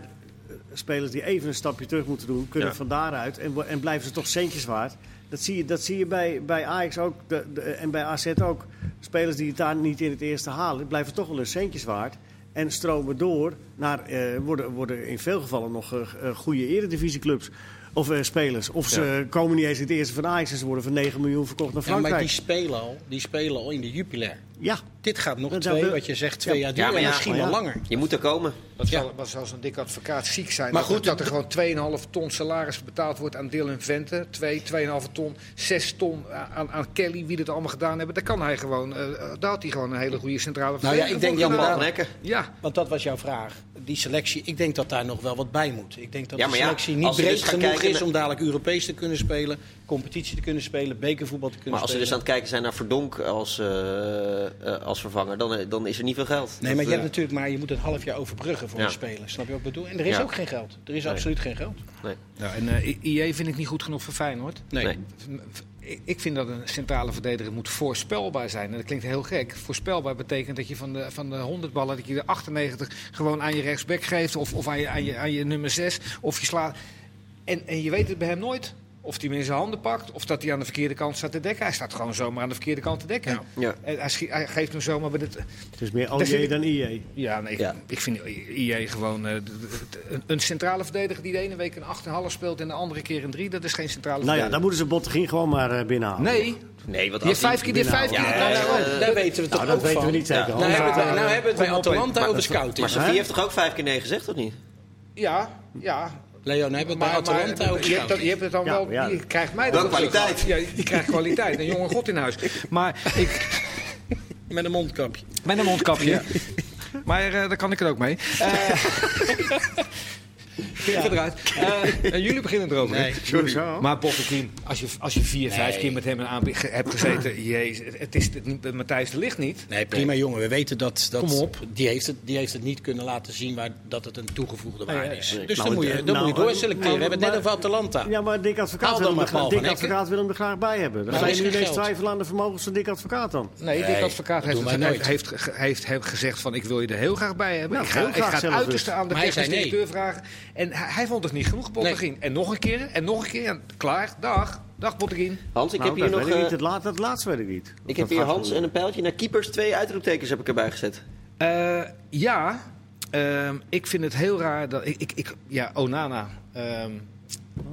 C: eh, spelers die even een stapje terug moeten doen, kunnen
A: Ja.
C: van daaruit en, wo- en blijven ze toch centjes waard. Dat zie je, dat zie je bij, bij Ajax ook de- de- en bij AZ ook. Spelers die het daar niet in het eerste halen, blijven toch wel een centjes waard. En stromen door naar, eh, worden, worden in veel gevallen nog eh, eh, goede eredivisieclubs of eh, spelers. Of ze komen niet eens in het eerste van Ajax en ze worden voor 9 miljoen verkocht naar
D: Ja, maar die
C: Frankrijk.
D: spelen, al, die spelen al in de jupilair.
C: Ja,
D: Dit gaat nog
C: Dat
D: twee,
C: zou-
D: wat je zegt, twee
C: Ja.
D: jaar duren.
A: Ja, maar ja,
D: misschien
C: maar
D: wel
C: ja.
D: langer.
A: Je moet er komen.
E: Wat
D: Ja.
E: zal, wat zal zo'n dik advocaat ziek zijn?
D: Maar
E: dat,
D: goed,
E: dat er gewoon 2,5 ton salaris betaald wordt aan Dylan Vente. 2, 2,5 ton, 6 ton aan, aan Kelly, wie dit allemaal gedaan hebben. Daar kan hij gewoon, eh, daar had hij gewoon een hele goede centrale
D: Nou ja, ik denk
E: verdediger
D: Jan
E: voor
A: Paul
D: Ja.
A: van
E: gedaan.
A: Hekken.
E: Ja,
D: Want dat was jouw vraag. Die selectie, ik denk dat daar nog wel wat bij moet. Ik denk dat
A: Ja,
D: de
A: maar ja,
D: selectie niet
A: als je
D: breed
A: dus gaat
D: genoeg
A: kijken
D: is
A: naar-
D: om dadelijk Europees te kunnen spelen, competitie te kunnen spelen, bekervoetbal te kunnen
A: Maar als ze
D: spelen.
A: dus aan het kijken zijn naar Verdonk als, eh, eh, als vervanger, dan, eh, dan is er niet veel geld.
D: Nee, maar je
A: Dat, eh,
D: hebt natuurlijk maar je moet een half jaar overbruggen voor
A: Ja.
D: een speler. Snap je wat ik bedoel? En er is
A: Ja.
D: ook geen geld. Er is
A: Nee.
D: absoluut geen geld.
A: eh, nee.
E: Ja, en eh, I- IE vind ik niet goed genoeg voor Feyenoord.
D: Nee. Nou,
A: Nee.
E: Ik- Ik vind dat een centrale verdediger moet voorspelbaar zijn. En dat klinkt heel gek. Voorspelbaar betekent dat je van de, van de 100 ballen dat je de 98 gewoon aan je rechtsback geeft. Of, of aan, je, aan, je, aan je nummer 6. Of je slaat. En, en je weet het bij hem nooit. Of hij hem in zijn handen pakt. Of dat hij aan de verkeerde kant staat te dekken. Hij staat gewoon zomaar aan de verkeerde kant te dekken.
A: Ja.
E: En hij, schie- hij geeft hem zomaar. Bij het,
C: het is dus meer
E: Daar vind
C: OJ
E: ik-
C: dan IJ.
E: ja, nee, ik,
A: Ja.
E: ik vind IE gewoon eh, d- d- d- een- een centrale verdediger die de ene week een 8,5 speelt en de andere keer een 3. Dat is geen centrale
C: Nou ja, dan
E: verdediger.
C: moeten ze Bottegien gewoon maar eh, binnenhalen.
E: Nee,
A: nee, want
E: die heeft
A: als die-
E: vijf keer, die heeft vijf keer.
A: Ja,
E: gedaan.
A: ja,
E: Nou,
A: ja.
D: daar weten we toch
C: Nou, dat
D: ook
C: weten
D: van.
C: we niet zeker.
A: Ja.
C: Hans.
D: Nou, hebben we het, nou hebben we het bij
C: Kom op,
D: Atalanta over scouting.
A: Maar Sofie heeft toch ook vijf keer nee gezegd, of niet?
E: ja, ja,
D: Leon heeft het bij Atalanta ook
E: je, hebt, dat-
D: gedaan.
E: je hebt het dan
C: Ja,
E: wel,
C: ja.
E: je krijgt mij
A: Wel
E: dan
A: kwaliteit.
E: Ja, je krijgt kwaliteit. Een jonge god in huis. Maar ik,
D: Met een mondkapje.
E: met een mondkapje. Maar eh, daar kan ik het ook mee. Eh ja. eruit. Eh, en jullie beginnen erover.
D: Nee.
C: Sowieso.
E: Maar Bottekin, als je, als je vier, vijf keer met hem in aanbied ge- hebt gezeten. Jezus, het is het niet, Matthijs de Ligt niet.
D: Nee, prima jongen. We weten dat, dat
E: Kom op.
D: Die, heeft het, die heeft het niet kunnen laten zien waar, dat het een toegevoegde waarde is. Dus
C: Nou,
D: dan moet je,
C: het-
D: dan
C: nou,
D: moet je doorselecteren.
C: nou,
D: We hebben het net
C: maar-
D: over Atalanta.
C: Ja, maar Dick Advocaat,
D: Haal
C: wil hem,
D: dan maar
C: gra-
D: Paul
C: Dick
D: van Hekken.
C: Advocaat wil hem er graag bij hebben. Dan
D: Maar
C: ga
D: er
C: je
D: is
C: nu
D: geen
C: ineens
D: geld.
C: twijfelen aan de vermogens van Dick Advocaat dan.
E: Nee,
D: Nee,
E: Dick Advocaat
D: dat
E: heeft,
D: doen
E: het-
D: wij
E: heeft,
D: nooit.
E: heeft, ge- heeft hem gezegd van ik wil je er Nou, heel graag bij hebben.
C: Ja,
E: ik ga,
C: heel
E: ik
C: graag
E: ga het
C: zelfs
E: uiterste
C: dus.
E: aan de
D: Maar hij
E: technisch
D: zei nee.
E: directeur vragen. En hij, hij vond het niet genoeg, Botteguin. En nog een keer, en nog een keer. En klaar, dag. Dag Botteguin.
A: Hans, ik
C: Nou,
A: heb hier nog...
C: dat weet ik
A: eh,
C: niet. Het laat- Dat laatste weet ik niet. Of
A: ik
C: dat
A: heb hier
C: gaat
A: Hans en
C: gebeuren.
A: een pijltje naar keepers. Twee uitroeptekens heb ik erbij gezet.
E: Eh, ja, ehm, ik vind het heel raar dat ik, ik, ik ja, Onana. ehm,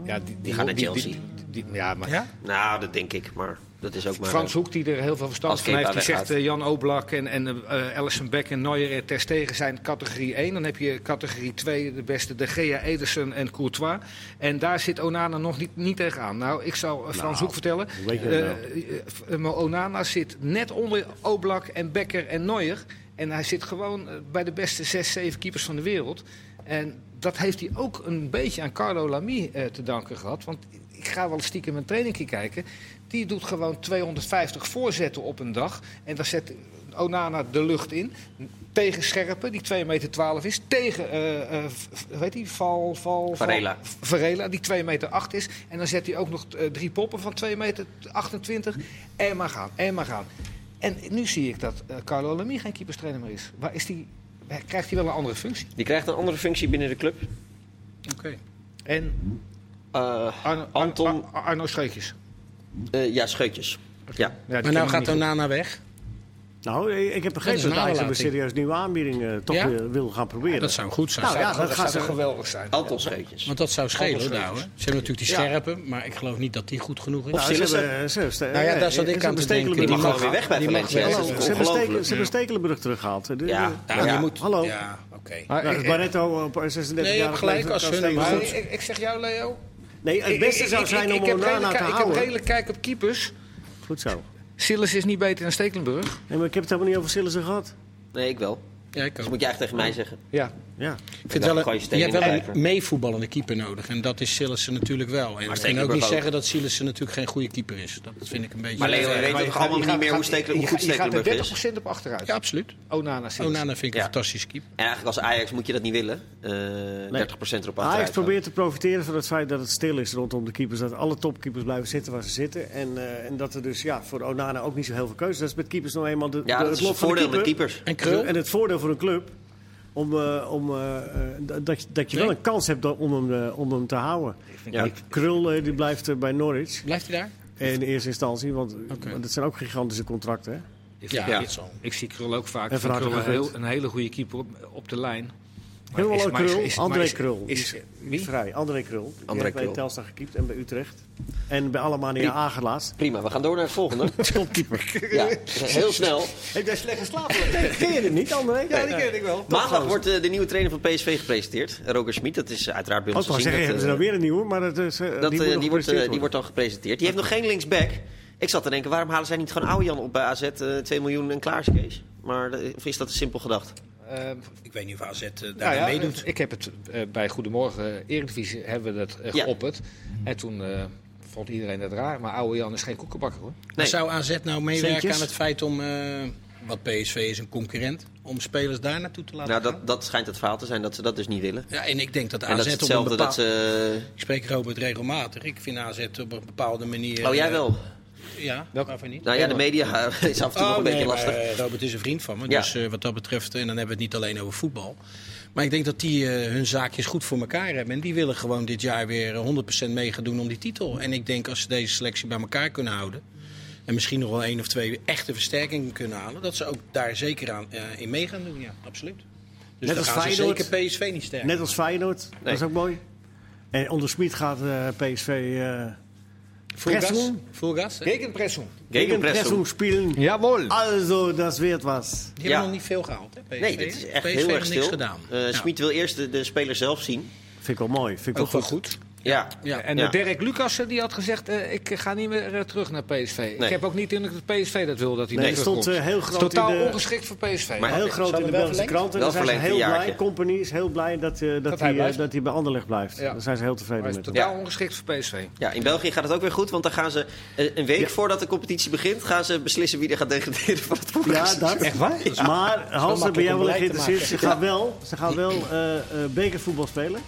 E: ja, die,
A: gaat naar
E: die-
A: Chelsea.
E: die- die- die- ja, maar
D: Ja?
A: Nou, dat denk ik, maar dat is ook maar...
E: Frans
C: eh,
E: Hoek, die er heel veel verstand
A: Als
E: van heeft,
A: Kepa
E: die zegt
A: weggaat.
E: eh, Jan Oblak en, en eh, Allison Beck en Neuer en Ter Stegen zijn categorie 1. Dan heb je categorie 2 de beste De Gea, Ederson en Courtois. En daar zit Onana nog niet, niet tegenaan. Nou, ik zal eh, Frans Hoek vertellen.
C: hoe weet je dat
E: eh,
C: nou?
E: eh, eh, maar Onana zit net onder Oblak en Becker en Neuer. En hij zit gewoon eh, bij de beste 6, 7 keepers van de wereld. En dat heeft hij ook een beetje aan Carlo Lamy eh, te danken gehad. Want ik ga wel stiekem een trainingje kijken. Die doet gewoon 250 voorzetten op een dag. En daar zet Onana de lucht in. Tegen Scherpen, die 2,12 meter is. Tegen, eh eh, v- v- weet hij, Val... val
A: Varela.
E: Val- Varela, die 2,8 meter is. En dan zet hij ook nog eh, drie poppen van 2,28 meter. En maar gaan, en maar gaan. En nu zie ik dat eh, Carlo Lamy geen keeperstrainer meer is. Waar is die, krijgt hij wel een andere functie?
A: eh, Die krijgt een andere functie binnen de club.
D: Oké.
E: En
A: Eh,
E: Arno,
A: Anton-
E: Ar- Ar- Arno Schreekjes.
A: eh, ja, scheutjes. Ja.
E: Ja, die
D: Maar
E: kennen
D: nou
E: we
D: gaat
E: niet.
D: Onana weg.
C: Nou, eh, ik heb begrepen
D: is
C: dat
D: een
C: Ajax een
D: nalating.
C: serieus nieuwe aanbieding eh, toch
D: Ja?
C: weer wil gaan proberen.
D: Dat zou goed zijn.
C: Nou, ja,
E: Oh,
C: dat
E: dat, gaat
C: gaat
E: toch
C: ze-
E: geweldig zijn.
A: Anton scheutjes.
D: Want dat zou schelen. hoor,
E: Anders
D: nou, hè. Ze hebben natuurlijk die
C: Ja.
D: scherpen, maar ik geloof niet dat die goed genoeg is.
C: Nou, ze
A: Sillissen.
C: hebben- ze hebben-
D: Nou ja, daar zat
C: eh,
D: ik
C: ze
D: aan te
C: bestekelen
D: denken.
C: Brug-
A: Die mag gewoon weer weg bij
D: die mag
A: Valencia.
D: weg.
A: Dat is
C: Hallo, Ze
A: toch
C: hebben
A: ongelooflijk?
C: Steken- ze hebben Stekelenburg teruggehaald. De- de-
A: Ja.
C: de-
D: Nou,
A: Ja.
D: je moet,
C: Hallo.
D: Ja, oké.
E: Maar
C: Nou,
E: ik-
C: dat Barretto op 36
D: Nee, je
C: jaar
D: hebt gelijk, als hun hem houden.
E: ik- Eh, ik- ik zeg jou, Leo.
C: Nee, het
E: ik-
C: beste
E: ik-
C: zou
E: ik-
C: zijn
E: ik-
C: om
E: ik heb
C: Onana
E: redelijk-
C: te
E: Ik heb
C: houden.
E: redelijk kijk op keepers.
C: Goed zo.
E: Silas is niet beter dan Stekelenburg.
C: Nee, maar ik heb het helemaal niet over Sillissen gehad.
A: Nee, ik wel.
D: Ja, ik ook.
A: Dat moet je echt tegen mij zeggen.
E: Ja.
C: Ja.
D: Ik vind
A: Ja,
D: wel
A: gooi
D: een,
A: je
D: je
A: steen
D: hebt
A: in de
D: wel
A: vijver.
D: een meevoetballende keeper nodig. En dat is Sillissen natuurlijk wel. En, en ook
A: Stekelenburg
D: niet
A: ook.
D: zeggen dat Sillissen natuurlijk geen goede keeper is. Dat vind ik een beetje...
A: Maar Leo, je
D: Ja,
A: weet toch allemaal niet meer hoe Stekel- hoe goed
E: Je gaat er
A: Stekelenburg is?
E: 30% op achteruit.
D: Ja, absoluut.
C: Oh, nou,
E: Onana Silas.
D: Onana vind ik een
A: Ja.
D: fantastische keeper.
A: En eigenlijk als Ajax moet je dat niet willen. Eh 30% erop achteruit.
C: Ajax probeert te profiteren van het feit dat het stil is rondom de keepers. Dat alle topkeepers blijven zitten waar ze zitten. En, eh, en dat er dus ja, voor Onana ook niet zo heel veel keuze is. Dat is met keepers nog eenmaal de,
A: Ja,
C: de-
A: dat
C: het
A: is een
C: lot van
A: voordeel
C: de
A: met
C: keeper.
A: keepers.
D: En Krul?
C: En het voordeel voor een club om, eh, om, eh, eh, dat- dat, je- dat je wel
D: Nee.
C: een kans hebt om hem, eh, om hem te houden.
A: Ja.
C: Ja, Krul eh, die blijft eh, bij Norwich
D: Blijft hij daar?
C: in eerste instantie. Want,
D: Oké.
C: want dat zijn ook gigantische contracten. hè.
A: Ja.
D: dit zal.
E: Ik zie Krul ook vaak.
C: En
E: Ik vind
C: Van
E: Krul een,
C: Harte
E: heel,
C: goed.
E: een hele goede keeper op, op de lijn. Maar
C: Helemaal
E: is-
C: ook
E: maar is-
C: Krul.
E: is- maar
C: André
E: is-
C: Krul.
E: is-
C: Die
E: wie?
C: Vrij, André Krul. Die
A: André
C: heeft bij
A: Krul.
C: Telstra gekiept en bij Utrecht. En bij Alemania Agelaatst.
A: Prima, we gaan door naar het volgende. Ja, heel snel.
C: Heb jij slecht geslapen? Nee, ken je dit niet, André? Ja,
A: die ken
C: ik wel.
A: Maandag wordt eh, de nieuwe trainer van PSV gepresenteerd. Roger Schmid, dat is uiteraard bij
C: Ook
A: ons
C: wel
A: te zien.
C: zeggen,
A: dat,
C: hebben ze
A: eh,
C: nou weer een nieuwe, maar dat is, eh,
A: dat,
C: die,
A: eh,
C: moet
A: die,
C: nog
A: wordt, eh,
C: gepresenteerd
A: die wordt dan gepresenteerd. Die heeft nog geen linksback. Ik zat te denken, waarom halen zij niet gewoon oude Jan op bij AZ? eh 2 miljoen en klaar is Kees. Maar eh, of is dat te simpel gedacht?
E: Ehm,
D: Ik weet niet of AZ eh, daar
E: Nou ja,
D: aan meedoet.
E: Ik heb het eh, bij Goedemorgen eh, Eredivisie hebben we dat eh,
A: Ja.
E: geopperd. En toen eh, vond iedereen dat raar. Maar oude Jan is geen koekenbakker hoor.
A: Nee.
D: Zou AZ nou meewerken
C: Centjes?
D: aan het feit om, eh, wat PSV is, een concurrent, om spelers daar naartoe te laten
A: Nou,
D: gaan?
A: dat, dat schijnt het verhaal te zijn dat ze dat dus niet willen.
D: Ja, en ik denk dat
A: En
D: AZ
A: dat is
D: op een
A: hetzelfde
D: bepaalde...
A: dat ze...
D: Ik spreek Robert regelmatig. Ik vind AZ op een bepaalde manier...
A: Oh, jij
D: eh,
A: wel?
D: Ja,
E: Welke?
D: waarvan niet?
A: Nou ja, de media is af en toe nog Ah, een
D: nee,
A: beetje
D: maar,
A: lastig.
D: eh, Robert is een vriend van me,
A: Ja.
D: dus eh, wat dat betreft, en dan hebben we het niet alleen over voetbal. Maar ik denk dat die eh, hun zaakjes goed voor elkaar hebben. En die willen gewoon dit jaar weer eh, 100% meegedoen om die titel. En ik denk als ze deze selectie bij elkaar kunnen houden. En misschien nog wel één of twee echte versterkingen kunnen halen. Dat ze ook daar zeker aan eh, in mee gaan doen. Ja, absoluut. Dus
C: Net
D: dan
C: als
D: gaan ze
C: Feyenoord.
D: zeker PSV niet sterk.
C: Net als Feyenoord,
A: Nee.
C: dat is ook mooi. En onder Smit gaat eh, PSV... eh
D: Full gas.
C: Pressing.
D: Full gas, hè? Die
E: Gegenpressum.
A: Gegenpressing.
C: Gegenpressung spelen.
E: Jawohl.
A: Ah,
C: Also, dat werd was.
D: hebben
A: Ja.
D: nog niet veel gehaald, hè? PSV.
A: Nee, dit is echt
D: PSV
A: heel erg
D: heeft
A: stil.
D: niks gedaan.
A: Eh,
D: Ja.
A: Schmid wil eerst de, de speler zelf zien.
C: Vind ik wel mooi. Vind ik
D: Ook
C: wel
D: wel
C: goed.
D: goed.
A: Ja.
D: Ja.
E: En
A: Ja.
E: de Dirk Lucassen die had gezegd, eh, ik ga niet meer eh, terug naar PSV. Ik
A: Nee.
E: heb ook niet in dat PSV dat wil dat hij
C: Nee,
E: niet
C: het stond
E: terugkomt.
C: eh, heel groot
E: Totaal
C: in de,
E: ongeschikt voor PSV.
A: Maar-
C: heel
A: Oké,
C: groot
D: zal
C: in de
D: er wel
C: Belgische
D: verlengd?
A: Wel
C: kranten. Daar zijn ze
A: verlengd,
C: heel
A: een
C: blij.
A: jaartje.
C: Company is heel blij dat, eh, dat,
E: hij
C: hij, eh,
E: blijft.
C: dat hij bij Anderlecht blijft.
E: Ja.
C: Daar zijn ze heel
E: Maar
C: tevreden
E: hij
C: mee.
E: is totaal
A: Ja.
E: ongeschikt voor PSV.
A: Ja, in België gaat het ook weer goed, want dan gaan ze eh, een week
C: Ja.
A: voordat de competitie begint, gaan ze beslissen wie er gaat degraderen van het vorige
C: Ja,
A: seizoen.
C: dat. Echt waar? Maar Hans, daar ben
D: makkelijk
C: jij
D: om
C: wel in
D: beleid te
C: geïnteresseerd. Ze gaan wel, ze gaan wel eh, eh, bekervoetbal spelen.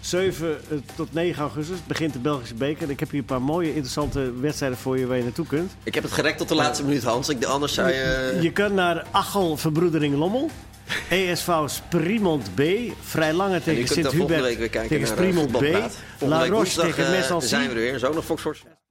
C: 7 tot 9 augustus begint de Belgische beker. En ik heb hier een paar mooie, interessante wedstrijden voor je waar je naartoe kunt.
A: Ik heb het gerekt tot de laatste minuut, Hans. Ik, anders zou je...
C: Je kan naar Achel Verbroedering Lommel. ESV Sprimont B. Vrij lange
A: je
C: tegen
A: kunt dan volgende week weer
C: Sint-Hubert
A: kijken
C: tegen
A: naar eh,
C: Sprimont B.
A: voetbalpraat. Volgende
C: La
A: week
C: Roche
A: woensdag
C: tegen
A: eh,
C: Messancy.
A: zijn we er weer. Zo nog Fox Sports.